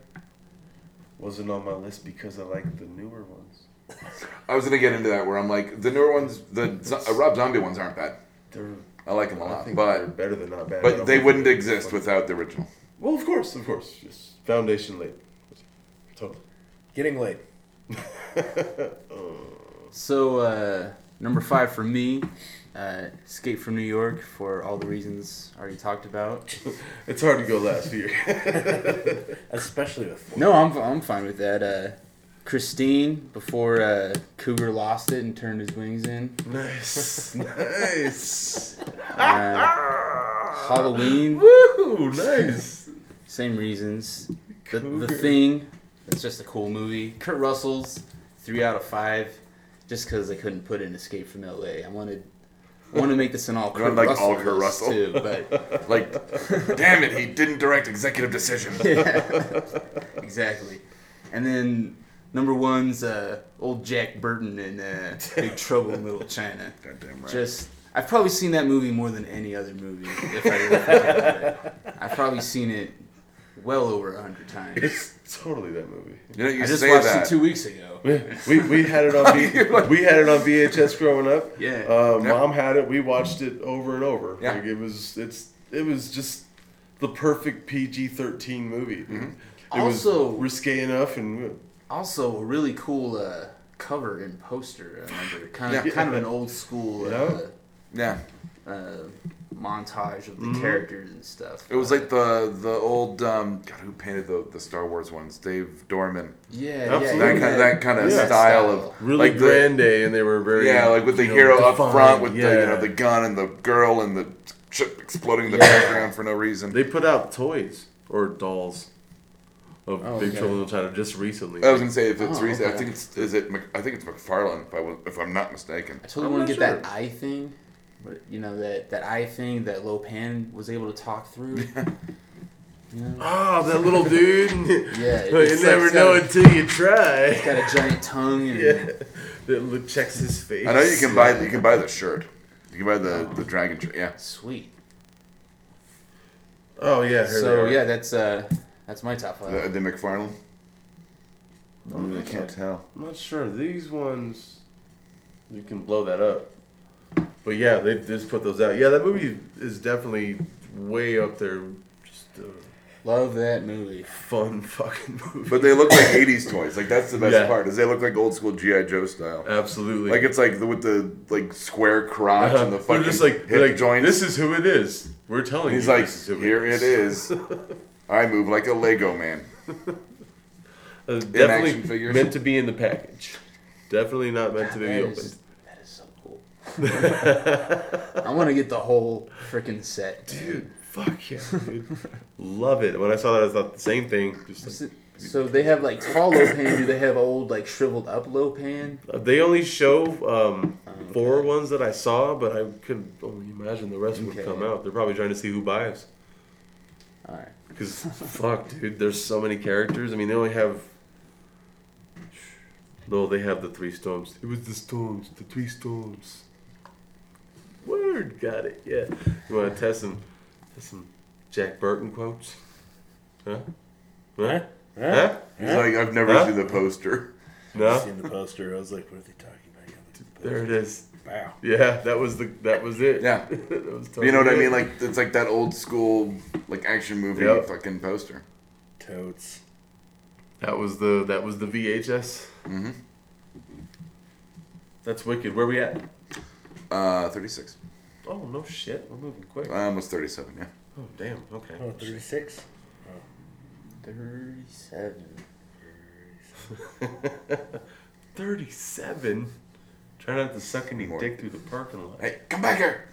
wasn't on my list because I like the newer ones.
I was gonna get into that where I'm like the newer ones, the zo- uh, Rob Zombie ones aren't bad.
They're,
I like them a
I
lot,
think they're
but
better than not bad.
but they wouldn't exist without the original.
Well, of course, of course. Just foundation [LAUGHS] laid. [LAUGHS] Totally.
Getting late.
So uh, number five for me, uh, Escape from New York for all the reasons already talked about.
It's hard to go last year.
Especially with four.
No, I'm I'm fine with that. Uh, Christine before uh, Cougar lost it and turned his wings in.
[LAUGHS] nice. Nice.
Uh, Halloween,
Woo! Nice.
same reasons. The, the
Cougar.
Thing, it's just a cool movie. Kurt Russell's three out of five, just because I couldn't put in Escape from L.A. I wanted. I want to make this an all
You
Kurt
wanted, like,
Russell,
all Kurt
list,
Russell.
too, but
[LAUGHS]
Like, damn it, he didn't direct Executive Decision.
Yeah. exactly. And then number one's uh, old Jack Burton in uh, Big Trouble in Little China.
[LAUGHS] Goddamn right.
Just I've probably seen that movie more than any other movie. If I really think about
[LAUGHS]
it, I've probably seen it well over a hundred times.
It's totally that movie.
you know, you
I just
say
watched
that.
it two weeks ago.
We, we had it on [LAUGHS] v- we had it on VHS growing up.
Yeah.
Uh,
Yeah.
Mom had it. We watched it over and over.
Yeah.
Like it was it's it was just the perfect PG thirteen movie.
Mm-hmm.
It
Also-
was risque enough and
Also, a really cool uh, cover and poster. I remember kind of
Yeah.
kind of an old school uh,
yeah,
uh, montage of the characters and stuff.
Mm-hmm. it was like the the old um, God, who painted the the Star Wars ones? Dave Dorman.
yeah, yeah,
Absolutely.
That
yeah.
kind of that kind of
Yeah.
style of
really
like the-
grande and they were very
Yeah, like with the
you know,
hero up
defined.
front, with the you
Yeah.
know the gun and the girl and the ship exploding in the
Yeah.
background for no reason.
They put out toys or dolls. of
Oh,
Big
okay.
Trouble in Little China just recently.
I was gonna say if it's
Oh,
recent. I
okay.
think it's is it. Mc- I think it's McFarlane. If I was, if I'm not mistaken.
I totally
I'm
want to
not
get that eye thing, but you know that that eye thing that Lopan was able to talk through. You know?
Oh, that little dude.
[LAUGHS]
[LAUGHS]
Yeah,
Well, you
it's like-
never
it's
know
got a-
until you try. [LAUGHS]
It's got a giant tongue and
Yeah. That look checks his face.
I know you can buy you can buy the shirt. You can buy the the dragon shirt. Yeah.
sweet.
Oh yeah. Here
So
they are.
yeah, that's uh, that's my top
The,
five.
the McFarlane. I
I'm
really
not-
can't tell.
I'm not sure. These ones, you can blow that up. But yeah, they just put those out. Yeah, that movie is definitely way up there. Just a
Love that movie.
fun [LAUGHS] fucking movie.
But they look like '80s toys. Like that's the best
Yeah.
part. Is they look like old school GI Joe style.
Absolutely.
Like it's like the, with the like square crotch
Uh-huh.
and the
They're
fucking
just like,
hip
they're like
joints.
This is who it is. We're telling
And he's
you.
like,
this is who
here it
[LAUGHS]
is. I move like a Lego man.
Uh, definitely
action figures.
meant to be in the package. Definitely not meant to be
That
opened. [LAUGHS]
is- that is so cool. I want to get the whole freaking
[LAUGHS]
set.
Dude, fuck yeah, dude.
[LAUGHS]
Love it. When I saw that, I thought the same thing. Just like,
So they have like tall Lopan. Do they have old like shriveled up Lopan?
they only show um, four ones that I saw, but I could only imagine the rest would
Okay.
come out. They're probably trying to see who buys.
All right.
Because fuck, dude, there's so many characters. I mean, they only have. No, they have the three storms. It was the storms, the three storms. Word, got it. Yeah. You want to test some, test some Jack Burton quotes? Huh? Huh? Huh?
He's like, I've never
Huh?
seen the
[LAUGHS]
poster.
I've
No.
seen the poster. I was like, what are they talking about? Yeah, look at the
There it
poster.
is.
Wow.
Yeah, that was the that was it.
Yeah.
[LAUGHS] that was
you know what I
totally
mean?
it.
Like it's like that old school like action movie
Yep.
fucking poster.
Totes.
that was the that was the VHS.
Mhm.
That's wicked. Where we at?
Uh, 36.
Oh no shit, we're moving quick.
I almost 37. Yeah.
Oh damn. Okay. [LAUGHS]
Oh, 36.
Thirty-seven.
37. Try not to suck any
More.
dick through the parking lot.
Hey, come back here.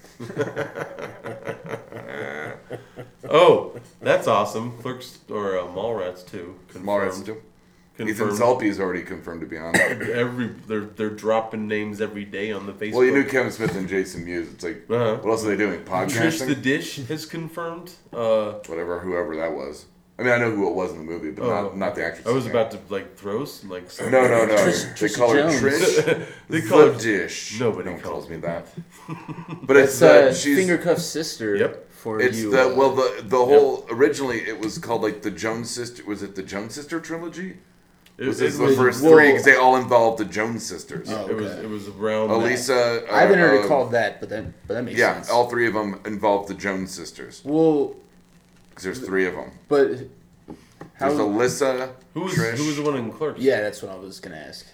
Oh, that's awesome. Clerks or uh, Mallrats too.
Mallrats too. Ethan
Confirmed.
Salpe's already confirmed to be
[LAUGHS]
on. it.
Every they're they're dropping names every day on the Facebook.
well, you knew Kevin Smith and Jason Mewes. It's like,
Uh-huh.
what else are they
[LAUGHS]
doing?
Trish the
Podcasting?
Dish has confirmed. Uh,
Whatever, whoever that was. I mean, I know who it was in the movie, but
Oh.
not, not the actress.
I was about to like throw some like.
[LAUGHS]
Some,
No, no, no.
Trish-
they
Trish
call her
Jones.
Trish.
They
the
call her-
Dish.
Nobody
Don't
calls
calls
me
me that. But it's
That's uh,
uh, she's
Finger Cuff's sister.
Yep.
For
It's
you.
the
uh,
well the the whole originally it was called like the Jones sister was it the Jones sister trilogy?
It,
Was
was,
this
it,
the
was,
first
well-
three? Because they all involved the Jones sisters.
Oh.
it was um, it was around. that.
Elisa, uh,
I haven't heard
uh,
it called that, but that but that makes
Yeah,
sense.
all three of them involved the Jones sisters
well,
because there's three of them.
but how?
There's Alyssa,
Who was
Trish.
who was the one in Clerks?
yeah, that's what I was gonna ask.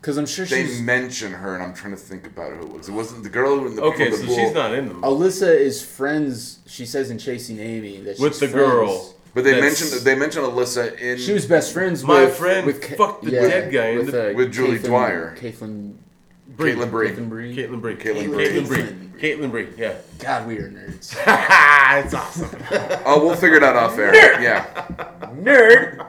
Because I'm sure
they
she's
mention her, and I'm trying to think about who it was. It wasn't the girl in the
Okay,
the
so
pool.
she's not in them.
Alyssa is friends. She says in Chasing Amy that she's
with the
friends.
girl.
But they
that's-
mentioned they mentioned Alyssa in
She was best friends.
My
with,
friend
with Ca-
fucked the
yeah,
dead guy in
with,
the-
uh,
With Julie
Caitlin-
Dwyer.
Caitlin
Bree.
Caitlin Bree.
Caitlin Bree.
Caitlin Bree.
Caitlin
Caitlin
Bree.
Bree. Caitlin Bree. Yeah.
[LAUGHS]
God, we are nerds.
it's awesome.
Oh, we'll figure it out off air. Yeah,
Nerd.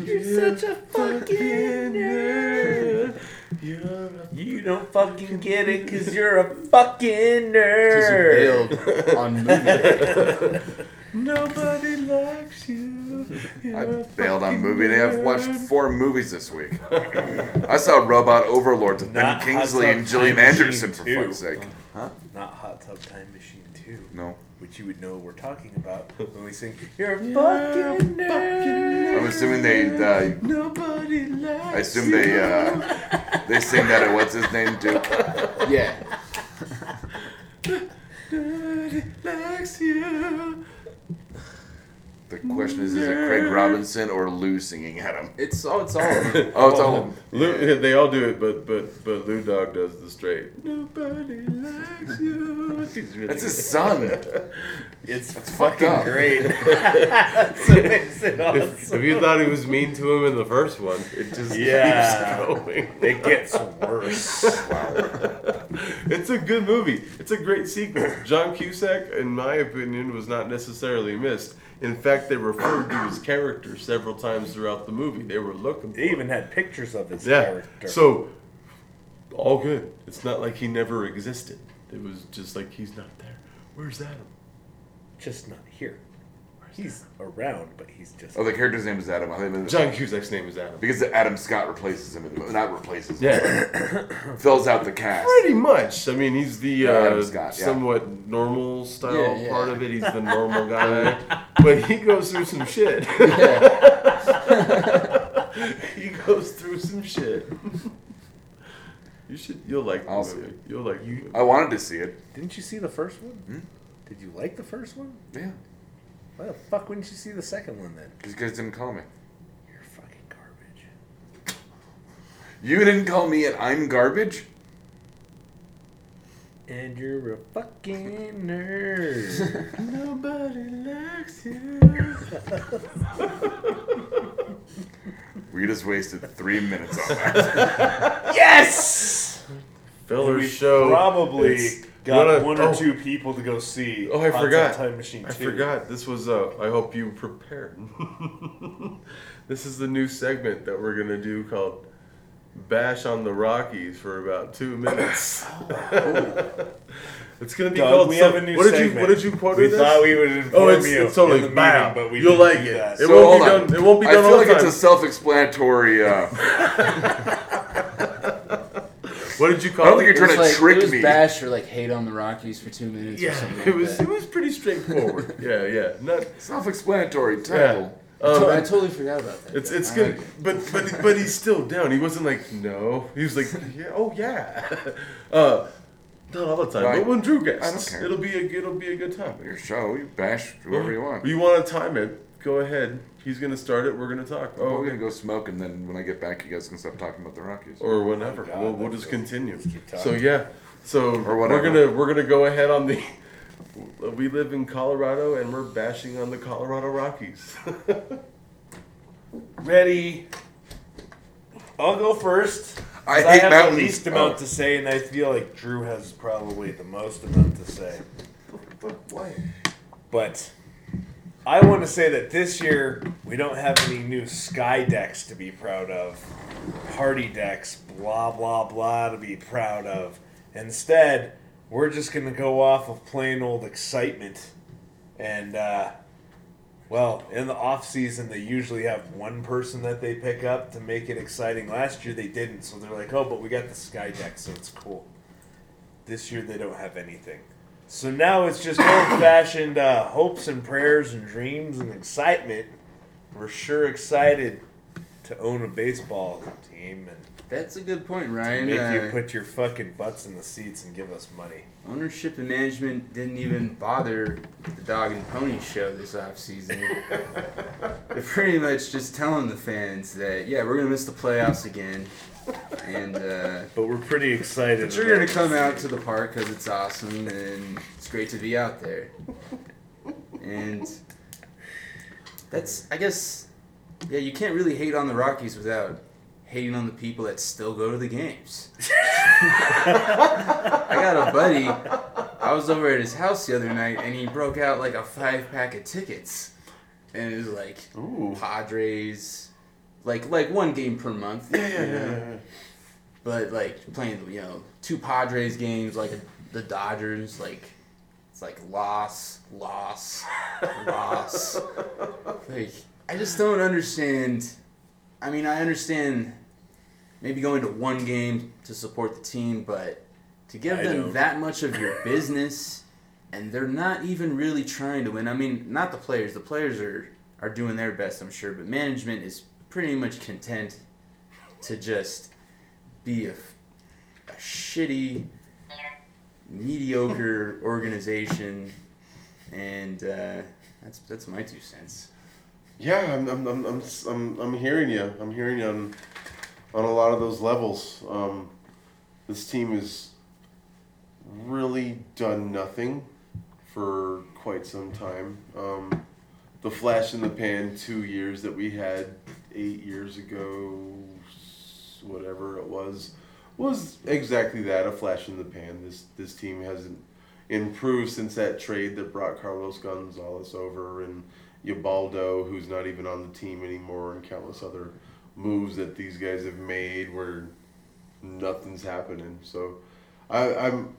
You're such a fucking nerd. You're
You don't fucking get it because you're a fucking
Just
nerd.
[LAUGHS]
bailed on movie day.
nobody likes you.
I bailed on movie day. I've watched four movies this week. I saw Robot Overlord with Ben
Not
Kingsley
Hot Tub
and Gillian
Time Machine
Anderson for
two.
fuck's sake.
Not Hot Tub Time Machine 2.
No,
Which you would know we're talking about when we sing, You're a fucking nerd.
I'm assuming they. Uh,
Nobody likes.
I assume they. Uh, they sing that at what's his name Duke.
Yeah.
Nobody likes you.
The question is, is it Craig Robinson or Lou singing at him?
It's all. It's all.
Oh, it's all of them.
Lou, they all do it, but but but Lou Dog does the straight. Nobody likes you. He's really
That's his son.
It's
fucked
fucking
up.
[LAUGHS]
great. [LAUGHS] That's what makes it
If,
awesome.
if you thought he was mean to him in the first one, it just [LAUGHS]
Yeah.
keeps going.
It gets worse.
[LAUGHS] It's a good movie. It's a great sequel. John Cusack, in my opinion, was not necessarily missed. In fact, they referred to his character several times throughout the movie. They were looking. for
They
him.
even had pictures of his
yeah.
character.
So all good. It's not like he never existed. It was just like he's not there. Where's Adam?
just not here. He's around, but he's just.
Oh, the character's name is Adam. I think it-
John Cusack's name is Adam.
because Adam Scott replaces him in the movie. Not replaces him.
Yeah,
Fills out the cast.
pretty much. I mean, he's the uh,
Adam Scott, yeah.
somewhat normal style
Yeah, yeah.
part of it.
[LAUGHS]
He's the normal guy, but he goes through some shit. [LAUGHS] he goes through some shit. You should. You'll like. The
I'll see
movie.
it.
You'll like. the
You-
movie.
I wanted to see it.
Didn't you see the first one?
Hmm?
Did you like the first one?
Yeah.
Why the fuck wouldn't you see the second one then?
Because you guys didn't call me.
You're fucking garbage.
You didn't call me and I'm garbage?
And you're a fucking
[LAUGHS]
nerd.
Nobody likes you.
We just wasted three minutes on that.
[LAUGHS] yes.
Filler
we
show.
probably
It's-
got
Wanna-
one or
oh.
two people to go see.
Oh, I
Concept
forgot.
Time Machine
I
2.
forgot. This was. Uh, I hope you prepared. [LAUGHS] this is the new segment that we're gonna do called "Bash on the Rockies" for about two
[LAUGHS]
minutes. [LAUGHS] it's gonna be
Oh. Doug,
called.
we
some-
have a new
what did
segment.
you What did you quote
We
in this?
thought we would inform
oh, it's,
you
it's totally
in the meeting,
bam.
but we
You'll
didn't
like
do
it.
that.
[LAUGHS] It
So,
won't be
hold on.
done. It won't be
I
done
feel
all
like
the
it's
time.
a self-explanatory. Uh, [LAUGHS] I
what did you call
don't think
it?
you're trying
It's
to
like, it
trick
was
me.
bash or like hate on the Rockies for two minutes or something.
yeah, [LAUGHS]
Like
it was.
that.
It was
[LAUGHS]
pretty straightforward. yeah, yeah. Not.
Self-explanatory
Yeah.
title.
I
Um,
to- I totally forgot about that.
It's
though.
it's
I
good,
like it.
but but but he's still down. He wasn't like no. He was like yeah, oh yeah, [LAUGHS] uh, not all the time.
Right.
But when Drew
I don't
guests,
care.
it'll be a it'll be a good topic.
Your show, you bash whoever you want.
You want to time it? Go ahead. He's gonna start it. We're gonna talk.
Oh,
Oh,
we're
okay.
gonna go smoke, and then when I get back, you guys can stop talking about the Rockies.
or whatever.
God,
we'll we'll
that's
just
good.
continue.
keep talking.
So yeah, so
whatever.
we're gonna we're gonna go ahead on the. [LAUGHS] We live in Colorado and we're bashing on the Colorado Rockies. [LAUGHS]
Ready. I'll go first. 'cause
I hate
have
mountains.
the least amount
Oh.
to say, and I feel like Drew has probably the most amount to say. But I want to say that this year we don't have any new sky decks to be proud of, party decks, blah blah blah to be proud of. Instead, we're just gonna go off of plain old excitement, and uh, well, in the off season they usually have one person that they pick up to make it exciting. Last year they didn't, so they're like, oh, but we got the sky deck, so it's cool. This year they don't have anything. So now it's just old fashioned uh, hopes and prayers and dreams and excitement. We're sure excited to own a baseball team and
That's a good point, Ryan.
make
Uh,
you put your fucking butts in the seats and give us money.
ownership and management didn't even bother the dog and pony show this offseason. They're pretty much just telling the fans that yeah, we're gonna miss the playoffs again, and uh,
But we're pretty excited.
but you're gonna come out to the park because it's awesome and it's great to be out there. And that's I guess yeah, you can't really hate on the Rockies without hating on the people that still go to the [LAUGHS] games. I got a buddy. I was over at his house the other night, and he broke out like a five pack of tickets, and it was like Padres, like like one game per month. Yeah, yeah, yeah. But like playing, you know, two Padres games, like the Dodgers, like it's like loss, loss, loss. Like I just don't understand. I mean, I understand maybe going to one game to support the team, but to give
I
them
don't.
that much of your business, and they're not even really trying to win. I mean, not the players. The players are are doing their best, I'm sure, but management is pretty much content to just be a, a shitty, mediocre organization, and uh, that's that's my two cents.
Yeah, I'm, I'm, I'm, I'm, s- I'm, I'm hearing you. I'm hearing you on, on a lot of those levels. Um, this team has really done nothing for quite some time. Um, the flash in the pan two years that we had eight years ago, s- whatever it was, was exactly that a flash in the pan. This this team hasn't improved since that trade that brought Carlos Gonzalez over and Ubaldo, who's not even on the team anymore, and countless other moves that these guys have made where nothing's happening. So I, I'm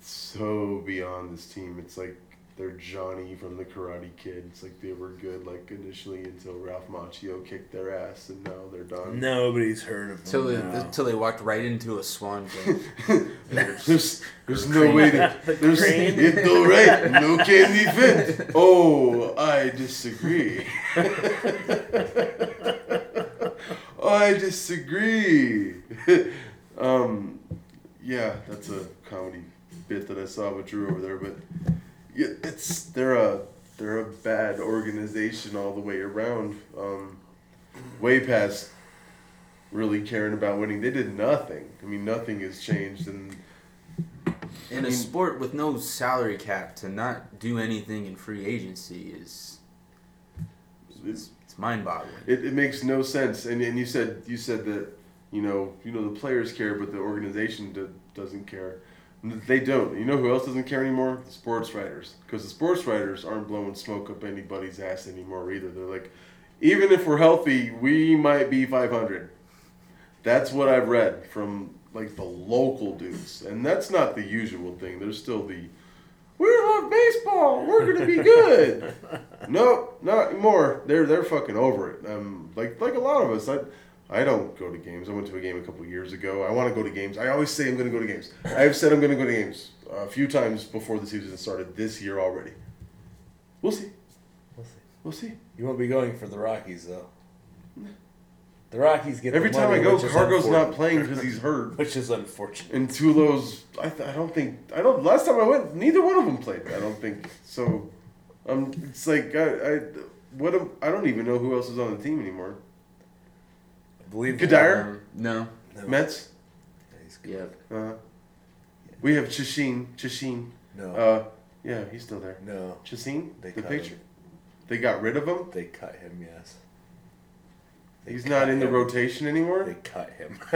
so beyond this team. It's like they're Johnny from the Karate Kid. It's like they were good like initially until Ralph Macchio kicked their ass, and now they're done.
Nobody's heard of
Till they,
them. now.
till they walked right into a swan [LAUGHS] game.
[LAUGHS] There's, there's no way to.
The
There's [LAUGHS]
crane.
it's no right. No can defend. Oh, I disagree. [LAUGHS] I disagree. [LAUGHS] um, yeah, that's a comedy bit that I saw with Drew over there, but yeah, it's they're a they're a bad organization all the way around. Um, way past really caring about winning. They did nothing. I mean, nothing has changed, and
In a sport with no salary cap, to not do anything in free agency is
it's,
it's mind boggling.
it, it makes no sense. And and you said you said that you know you know the players care, but the organization do, doesn't care. They don't. You know who else doesn't care anymore? The sports writers, because the sports writers aren't blowing smoke up anybody's ass anymore either. They're like, even if we're healthy, we might be five hundred. That's what I've read from like the local dudes, and that's not the usual thing. There's still the we love baseball. We're gonna
[LAUGHS]
be good. no, not anymore. They're they're fucking over it. Um, like like a lot of us. I I don't go to games. I went to a game a couple years ago. I want to go to games. I always say I'm gonna go to games. I've said I'm gonna go to games a few times before the season started this year already. We'll see.
We'll see.
We'll see.
You won't be going for the Rockies though. The Rockies get
Every
the
time
money,
I go,
which is
Cargo's not
unfortunate.
playing because he's hurt.
which is unfortunate.
And Tulo's, I, th- I don't think, I don't, last time I went, neither one of them played, I don't think. So, um, it's like, I, I, what, am, I don't even know who else is on the team anymore.
I believe
Kadire?
Um, no.
No,
Mets?
he's good.
Yep.
Uh, we have Chashin, Chashin.
No,
Uh, yeah, he's still there.
no,
Chashin?
They
The
cut
picture?
him.
They got rid of him?
they cut him. Yes, They
He's
cut
not in the
him.
rotation anymore?
They cut him. [LAUGHS]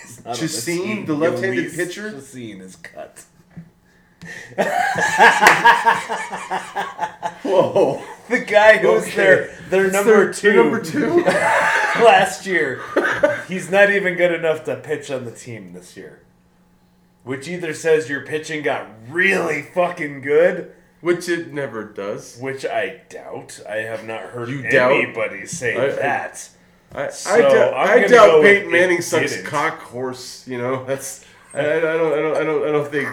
He's not on the
Chacin,
team.
the left-handed
Luis
pitcher?
Chacin is cut. [LAUGHS]
Whoa.
The guy who was
Okay.
their their [LAUGHS] number
They're- they're
two
[LAUGHS] Number two?
[LAUGHS] last year, he's not even good enough to pitch on the team this year. Which either says your pitching got really fucking good,
Which it never does.
which I doubt. I have not heard
You doubt?
anybody say
I- I-
that.
I,
So,
I, doubt,
I'm
I
gonna
doubt
go with
Peyton
it
Manning sucks
didn't.
cock horse. You know, that's I, I I don't I don't I don't I don't think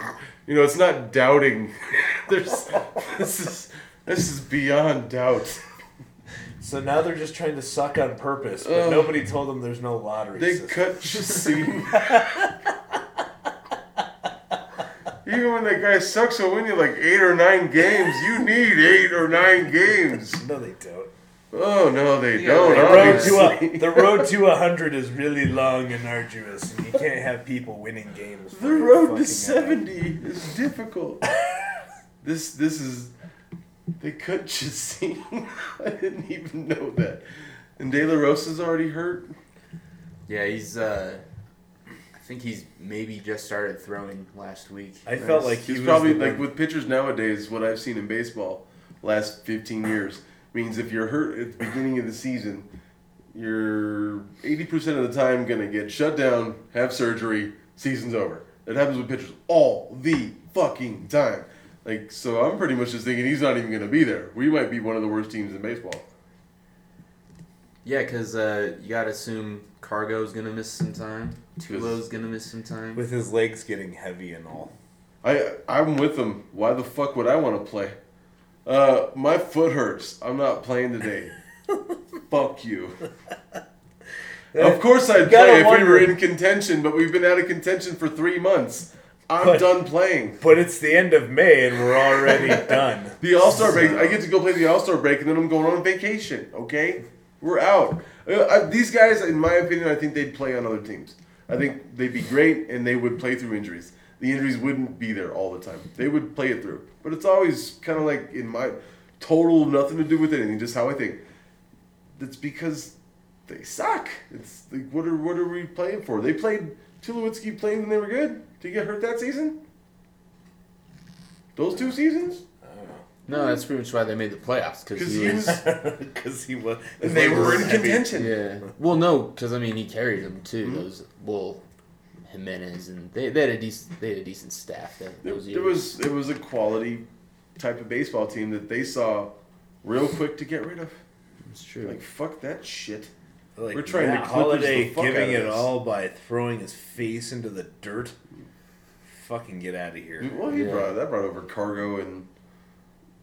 you know it's not doubting. [LAUGHS] There's this is this is beyond doubt.
So now they're just trying to suck on purpose, but
Ugh.
nobody told them there's no lottery
Oh. They
system.
cut Chasine. [LAUGHS] Even when that guy sucks, he'll win you like eight or nine games. You need eight or nine games.
No, they don't.
Oh no, they
Yeah,
don't.
the
The road, to
[LAUGHS] obviously.
a, the road to 100 is really long and arduous, and you can't have people winning games.
The road to seventy is difficult. this this is they cut [LAUGHS] Chasine. I didn't even know that. And De La Rosa's already hurt.
Yeah, he's. Uh, I think he's maybe just started throwing last week.
I felt like he
He's
was
probably
the
like
one-
with pitchers nowadays. What I've seen in baseball, last fifteen years means if you're hurt at the beginning of the season, you're eighty percent of the time gonna get shut down, have surgery, season's over. That happens with pitchers all the fucking time. Like so, I'm pretty much just thinking he's not even gonna be there. We might be one of the worst teams in baseball.
Yeah, because uh, you gotta assume Cargo's gonna miss some time. Tulo's
Tulo's
gonna miss some time.
with his legs getting heavy and all.
I I'm with them. Why the fuck would I want to play? Uh, my foot hurts. I'm not playing
[LAUGHS]
today. fuck you. of course I'd
gotta
play if we
wonder-
were in contention, but we've been out of contention for three months. I'm
But-
done playing.
But it's the end of May, and we're [LAUGHS] already done.
The All Star break. I get to go play the All Star break, and then I'm going on vacation. Okay, we're out. Uh, I, these guys, in my opinion, I think they'd play on other teams. I think they'd be great, and they would play through injuries. The injuries wouldn't be there all the time. They would play it through. But it's always kind of like in my total nothing to do with anything, just how I think. That's because they suck. It's like what are what are we playing for? They played Tulowitzki played when they were good. Did he get hurt that season? Those two seasons?
No, that's pretty much why they made the playoffs because
Because
he
he
was.
was.
Because he was.
And they were in contention.
Yeah. Well, no, because I mean he carried them too.
Mm-hmm.
Those well, Jimenez and they, they had a decent they had a decent staff that
There,
those years.
there was it was a quality type of baseball team that they saw real quick to get rid of.
it's true.
Like fuck that shit.
Like,
We're trying to
Matt
Clippers the
Holiday
fuck out of
giving it
this.
all by throwing his face into the dirt. Fucking get out of here.
Well, he
Yeah.
brought that brought over cargo and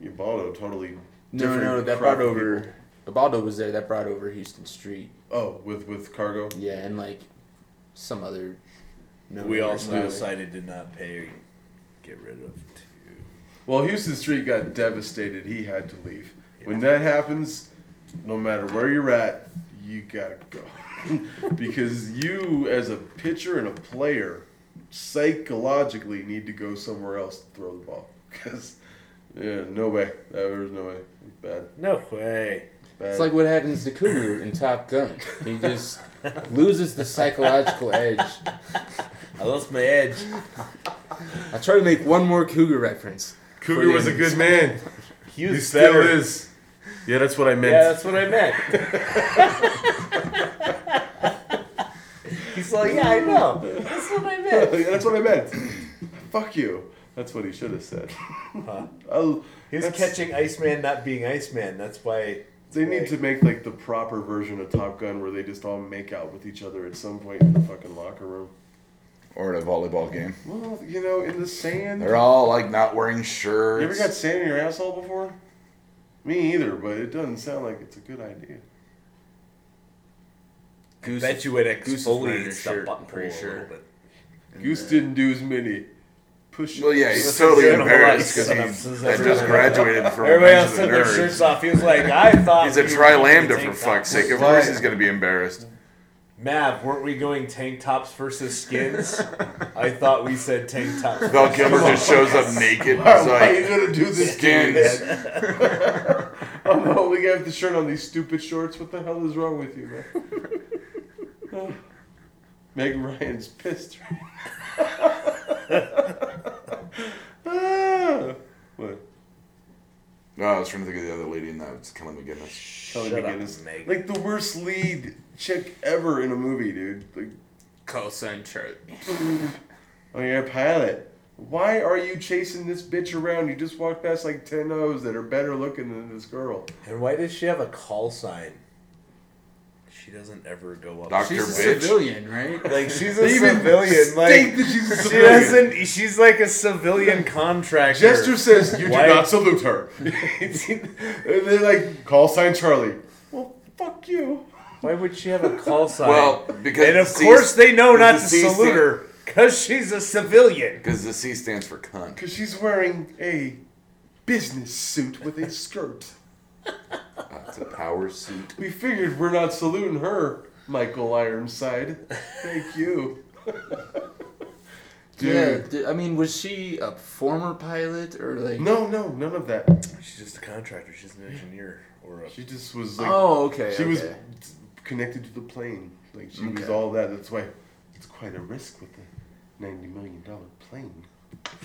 Ubaldo totally.
no,
different
no, that
crop
brought
of
over. Abaldo was there. That brought over Houston Street.
people. Oh, with with cargo.
Yeah, and like some other. No
we also
no.
decided to not pay. Get rid of two.
Well, Houston Street got devastated. He had to leave. When that happens, no matter where you're at, you gotta go. [LAUGHS] because you, as a pitcher and a player, psychologically need to go somewhere else to throw the ball. [LAUGHS] Because, yeah, no way. There was no way. Bad.
No way.
Bad.
It's like what happens to Kumu in Top Gun. He just loses the psychological edge.
I lost my edge.
I try to make one more Cougar reference.
Cougar was a good man.
He
He
was
still
better.
is. Yeah, that's what I meant.
Yeah, that's what I
[LAUGHS]
meant. He's like, yeah, I know. That's what I
[LAUGHS]
meant.
That's what I meant. Fuck you. That's what he should have said. I'll-
He was
that's-
catching Iceman not being Iceman. That's why.
They need to make like the proper version of Top Gun where they just all make out with each other at some point in the fucking locker room.
Or at a volleyball game.
Well, you know, in the sand.
They're all like not wearing
Mm-hmm. you ever
shirts.
got sand in your asshole before? Me either, but it doesn't sound like it's a good idea.
Goose,
Bet you it
Goose is wearing
exfoliates
his
the
shirt,
button
pretty
pretty
sure.
sure.
Goose didn't do as many push
well, yeah, he's
He's
totally
doing a whole lot of
embarrassed because
sit-ups.
he had just graduated from
Everybody else
Revenge of
took
the
their
Nerds.
shirts off. He was like,
[LAUGHS]
I thought.
He's a
we were
tri
going
lambda for
tank
fuck's
tops.
sake. Of course he's gonna be embarrassed.
[LAUGHS] Mav, weren't we going tank tops
[LAUGHS]
versus skins? I thought we said tank tops.
Val
[LAUGHS]
Kilmer just shows up naked.
Why,
It's
[LAUGHS] why are you
like
gonna do this to me?
skins.
[LAUGHS] I'm the only guy with the shirt on these stupid shorts. What the hell is wrong with you, man?
[LAUGHS]
Oh. Meg Ryan's pissed. [LAUGHS] ah. What?
No, I was trying to think of the other lady, and that was Kelly McGinnis.
Kelly
Shut up,
McGinnis.
Meg.
Like the worst lead chick ever in a movie, dude. Like,
Cosign chart.
oh, you're a pilot. Why are you chasing this bitch around? You just walked past like 10 O's that are better looking than this girl.
And why does she have a call sign? She doesn't ever go up.
Doc-
She's
Your
a
bitch.
civilian, right?
Like she's a
They even
civilian.
Think
Like
that she's a
she
civilian.
doesn't. She's like a [LAUGHS] civilian contractor.
Jester says, "You do
Why-
not salute her." [LAUGHS] and they're like, "Call sign Charlie." Well, fuck you.
Why would she have a call sign?
Well, because
and of
C-
course they know
does
not
the
to
C stand-
salute her because she's a civilian.
Because the C stands for cunt.
Because she's wearing a business suit with a skirt.
It's a power suit.
We figured we're not saluting her, Michael Ironside. Thank you. [LAUGHS]
Yeah,
Dude.
d- I mean, was she a former pilot or like?
No, no, none of that.
She's just a contractor. She's an engineer or a.
She just was like,
Oh, okay.
she was
okay.
connected to the plane. Like she was
Okay.
all that. That's why it's quite a risk with a ninety million dollar plane.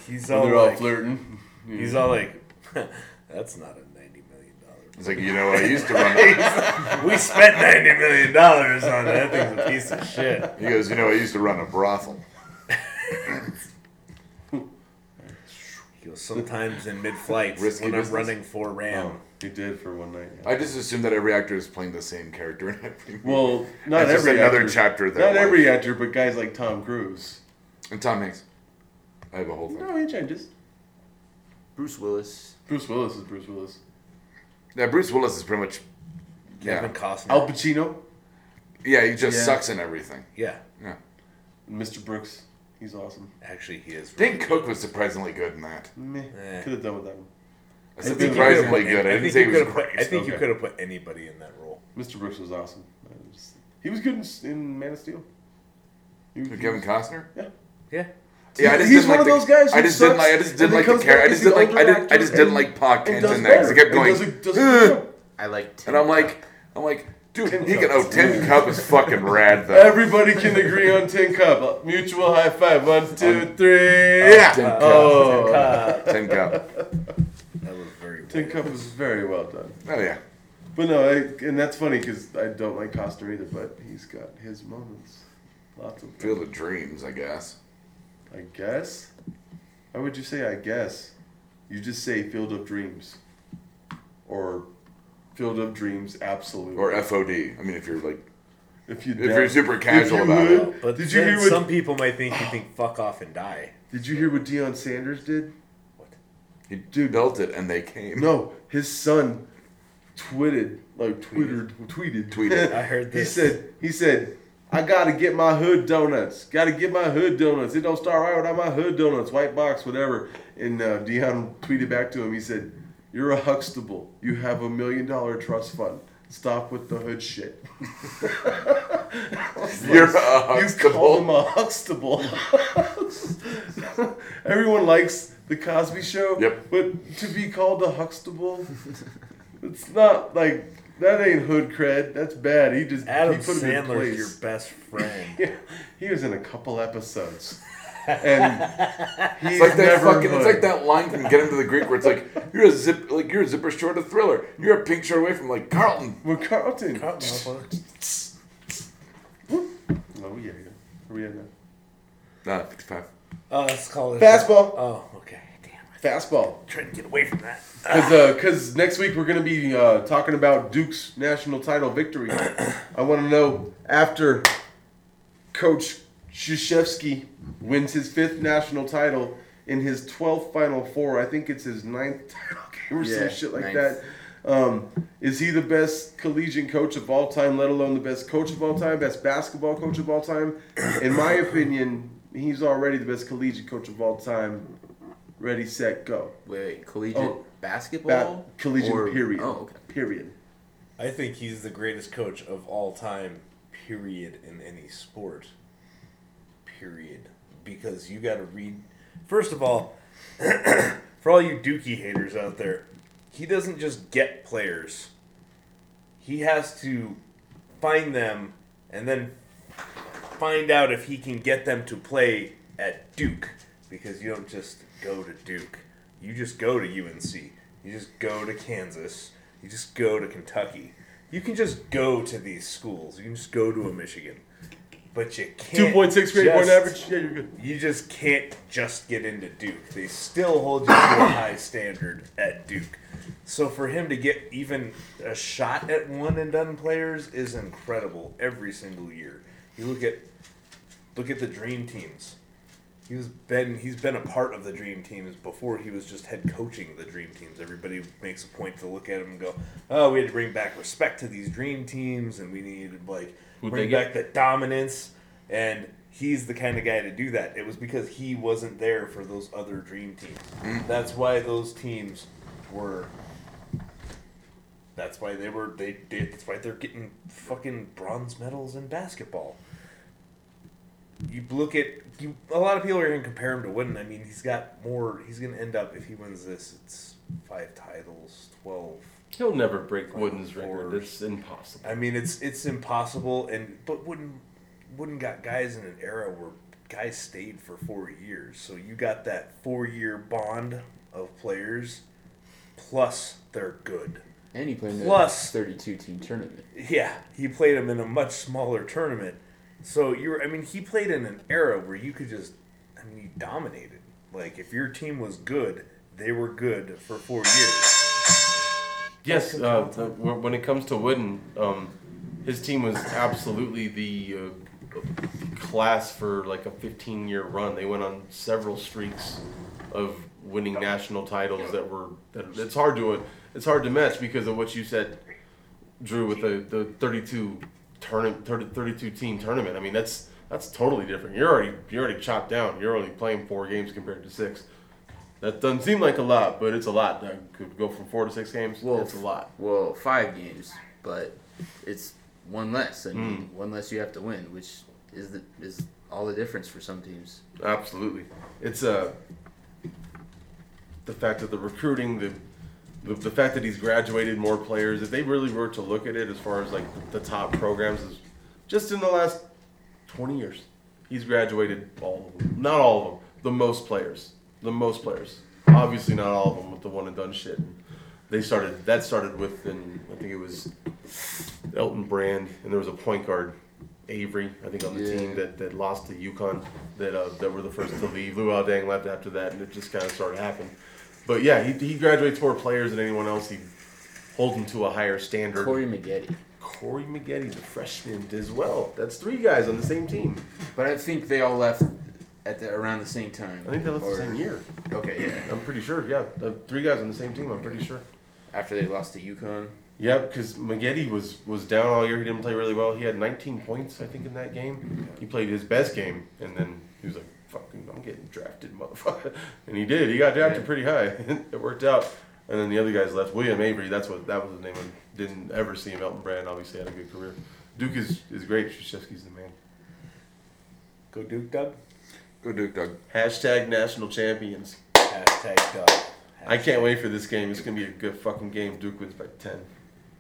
He's
And
all,
they're all
like,
flirting.
He's all like, [LAUGHS] that's not a ninety million dollar.
It's like you know, I used to run.
We spent ninety million dollars on that. Thing's a piece of shit.
He goes, you know, I used to run a brothel.
He goes, sometimes in
[LAUGHS]
mid-flight
Risky
when
business.
I'm running for Ram.
Oh, he did for one night. yeah.
I just assumed that every actor is playing the same character in every movie.
Well, not
That's just
every
another
actor,
chapter of
Not
their life.
every actor, but guys like Tom Cruise.
and Tom Hanks. I have a whole thing.
No, he changes.
Bruce Willis.
Bruce Willis is Bruce Willis.
Yeah, Bruce Willis is pretty much. Yeah,
Kevin Costner.
Al Pacino,
yeah, he just
Yeah.
sucks in everything.
yeah,
Yeah,
Mr. Brooks, he's awesome.
actually, he is.
Dane Cook was surprisingly good in that.
Meh,
Eh.
could have done with that one.
I said
think you could've
surprisingly
put-
good. I,
I
didn't
think
say
you
he was
could've put-
great.
I think you
Okay.
could have put anybody in that role.
Mr. Brooks was awesome. I was- he was good in, in Man of Steel. He was-
Kevin Costner.
Yeah.
Yeah,
Yeah.
I
He's-
just
he's
didn't
one
like
of
the-
those guys who
I just didn't
sucks
like. I just
and
didn't
then
like the
comes back
character. I
as
just didn't
the
like. I
older
didn't. I
actor
just didn't
and-
like Pa
and
Kent
does
in that because
better. [LAUGHS]
it kept
And
going. [SIGHS]
does a- does a
"Ugh,"
good job.
I like. Tim
and I'm like,
Cook.
I'm like, Dude,
Tin
he can. Oh,
cups.
Tin Cup is fucking rad though.
Everybody can agree on Tin Cup. Mutual high five. One, two, three. Yeah.
Tin Cup.
Oh,
Uh,
Tin Cup.
that was very
Tin Cup was very well done.
Oh yeah.
But no, I, and that's funny because I don't like Costa either, but he's got his moments. Lots of them.
Field of Dreams, I guess.
I guess? Why would you say I guess? You just say Field of Dreams. Or Field of Dreams, absolutely.
Or FOD. I mean, if you're like,
if, you
if you're super casual
you
about
would-
it.
well, but
did you
then
hear what
some people might think you think fuck off and die.
Did you hear what Deion Sanders did?
He dude built it and they came.
No, his son tweeted, like twittered, tweeted,
Tweeted.
[LAUGHS]
I heard
He
this.
said, he said, I gotta get my hood donuts. Gotta get my hood donuts. It don't start right without my hood donuts. White box, whatever. And uh, Dion tweeted back to him. He said, "You're a Huxtable. You have a million dollar trust fund. Stop with the hood shit." [LAUGHS] I was
You're
like,
a
You call
Huxtable."
him a Huxtable. [LAUGHS] Everyone likes the Cosby Show.
Yep.
But to be called a Huxtable, it's not like that ain't hood cred. That's bad. He just
Adam
he put him in
Sandler is your
place.
best friend.
[LAUGHS] Yeah, he was in a couple episodes, and he's
It's like that
never
fucking. It's
hood.
like that line from Get Him to the Greek where it's like you're a zip, like you're a zipper short of Thriller. You're a pink short away from like Carlton.
Well, Carlton.
Come on, motherfucker.
Oh yeah, yeah. Where we at now?
Nah, 55.
Oh, let's call it.
Fastball.
Oh, okay. Damn, I'm
Fastball.
trying to get away from that.
Because uh 'cause next week we're going to be uh, talking about Duke's national title victory. I want to know after Coach Krzyzewski wins his fifth national title in his 12th Final Four. I think it's his ninth [LAUGHS] title game or some
Yeah,
shit like
ninth.
that. Um, is he the best collegiate coach of all time, let alone the best coach of all time, best basketball coach of all time? In my opinion, he's already the best collegiate coach of all time. Ready, set, go.
Wait, collegiate
Oh.
basketball?
Ba- collegiate
Or-
period.
Oh, okay.
Period.
I think he's the greatest coach of all time, period, in any sport. Period. Because you got to read. First of all, for all you Dookie haters out there, he doesn't just get players, he has to find them and then find out if he can get them to play at Duke. Because you don't just go to Duke. You just go to UNC. You just go to Kansas. You just go to Kentucky. You can just go to these schools. You can just go to a Michigan. But you can't.
Two point six grade point
just-
average. Yeah, you're good.
you just can't just get into Duke. They still hold you to a high standard at Duke. So for him to get even a shot at one and done players is incredible every single year. You look at look at the dream teams. He was been he's been a part of the dream teams before he was just head coaching the dream teams. Everybody makes a point to look at him and go, "Oh, we had to bring back respect to these dream teams, and we needed like
Who'd
bring
they
back the dominance." And he's the kind of guy to do that. It was because he wasn't there for those other dream teams. That's why those teams were. That's why they were. They did. That's why they're getting fucking bronze medals in basketball you look at you, a lot of people are going to compare him to Wooden. I mean, he's got more. He's going to end up if he wins this, it's five titles, twelve.
He'll never break
Wooden's record.
It's impossible.
I mean, it's it's impossible. And but Wooden, Wooden got guys in an era where guys stayed for four years. So you got that four-year bond of players, plus they're good.
And he played in
Plus-
the 32 team tournament.
Yeah, he played him in a much smaller tournament. So you were, I mean, he played in an era where you could just, I mean, you dominated. Like, if your team was good, they were good for four years.
Yes, uh, the- when when it comes to Wooden, um, his team was absolutely the uh, class for like a 15 year run. They went on several streaks of winning national titles that were that it's hard to it's hard to match because of what you said, Drew, with the the 32 turn 30, 32 team tournament. I mean that's that's totally different. You're already you're already chopped down. You're only playing four games compared to six. That doesn't seem like a lot, but it's a lot. That could go from four to six games.
Well,
That's a lot.
Well, five games, but it's one less. I mean,
Hmm.
one less you have to win, which is the, is all the difference for some teams.
Absolutely. It's uh, the fact of the recruiting, the the, the fact that he's graduated more players, if they really were to look at it as far as like the top programs, is just in the last 20 years, he's graduated all of them. Not all of them, the most players. The most players. Obviously, not all of them with the one and done shit. They started, that started with, and I think it was Elton Brand, and there was a point guard, Avery, I think, on the
Yeah.
team that, that lost to UConn, that uh, that were the first to leave. Lou Dang left after that, and it just kind of started happening. But yeah, he, he graduates more players than anyone else. He holds them to a higher standard.
Corey Maggette.
Corey Maggette, the freshman, as well. That's three guys on the same team.
But I think they all left at the around the same time.
I think they left the
Or-
same year.
Okay, yeah.
I'm pretty sure. Yeah, the three guys on the same team. I'm pretty sure.
After they lost to UConn.
Yep, because Maggette was was down all year. He didn't play really well. He had 19 points, I think, in that game. He played his best game, and then he was like, "Fucking, I'm getting drafted, motherfucker!" [LAUGHS] And he did. He got drafted
Yeah.
pretty high. [LAUGHS] it worked out. And then the other guys left. William Avery. That's what that was his name. I didn't ever see him. Elton Brand obviously had a good career. Duke is is great. Krzyzewski's the man.
Go Duke, Doug.
Go Duke, Doug.
Hashtag national champions.
Hashtag Doug.
I can't wait for this game. It's gonna be a good fucking game. Duke wins by 10.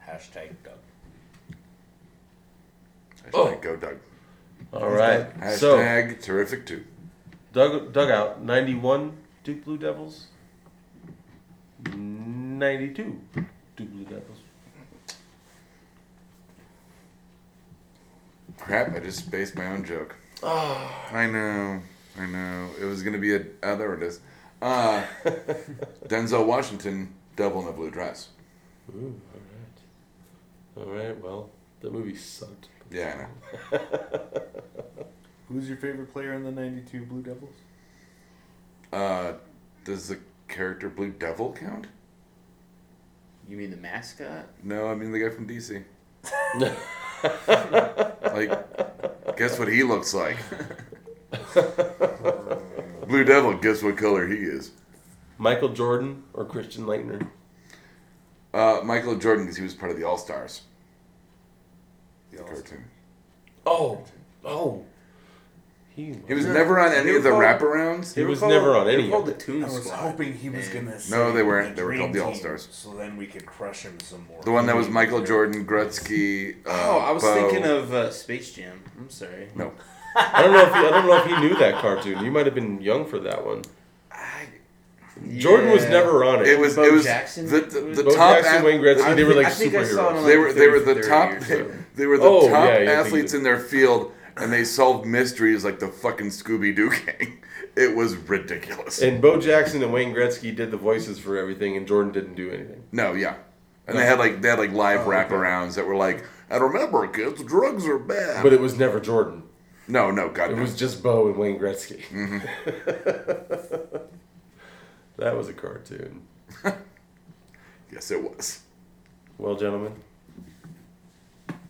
Hashtag Doug.
Hashtag Oh. go Doug.
All right. So
Hashtag terrific two.
dug dugout 91 Duke Blue Devils. 92 Duke Blue Devils.
Crap, I just spaced my own joke. I know, I know. It was gonna be a. Oh, there it is. Uh, Denzel Washington, Devil in a Blue Dress.
Ooh, all right. All right. Well, the movie sucked.
Yeah, I know.
Who's your favorite player in the 92 Blue Devils?
Uh, does the character Blue Devil count?
You mean the mascot?
No, I mean the guy from DC. like, guess what he looks like? Blue Devil, guess what color he is?
Michael Jordan or Christian Leitner?
Uh, Michael Jordan, because he was part of the All Stars. The cartoon.
Oh, oh. He,
He was never on any of the wraparounds.
He was never on any.
They're called
Of
the
it.
Toon
I was
Squad.
hoping he was
man.
gonna. Say
No, they weren't.
the
They were
Dream
called the
Team,
All-Stars.
So then we could crush him some more.
The one that was Michael Jordan, Gretzky. Uh,
Oh, I was
Bo.
thinking of uh, Space Jam. I'm sorry.
No.
I don't know if he, I don't know if he knew that cartoon. You might have been young for that one.
I,
Jordan was
Yeah.
never on it.
it was
Bo
it was
Jackson?
the the, the
Bo
top
Jackson,
ath-
Wayne Gretzky,
I
they were
think-
like
I think I saw it
superheroes.
on-
they were they were the
30
top
years ago.
they were the
Oh,
top
yeah, yeah, I think
athletes
that-
in their field, and they solved mysteries like the fucking Scooby Doo [LAUGHS] gang. It was ridiculous.
And Bo Jackson and Wayne Gretzky did the voices for everything, and Jordan didn't do anything.
No, yeah. And they had like they had like live
Oh,
wraparounds that were like, and remember, kids, drugs are bad.
But it was never Jordan.
no, no, God,
It
no.
was just Bo and Wayne Gretzky.
Mm-hmm.
[LAUGHS] that was a cartoon.
yes, it was.
Well, gentlemen,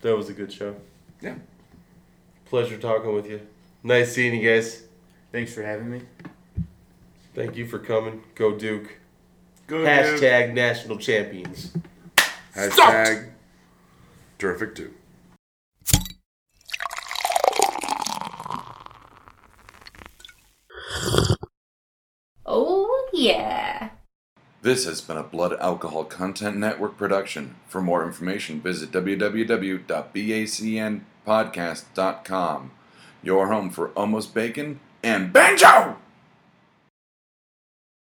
that was a good show.
Yeah,
Pleasure talking with you. Nice seeing you guys.
Thanks for having me.
Thank you for coming. Go Duke.
Good
Hashtag national champions.
hashtag terrific too.
Oh, yeah.
This has been a Blood Alcohol Content Network production. For more information, visit www.bacnpodcast.com. Your home for almost bacon and banjo.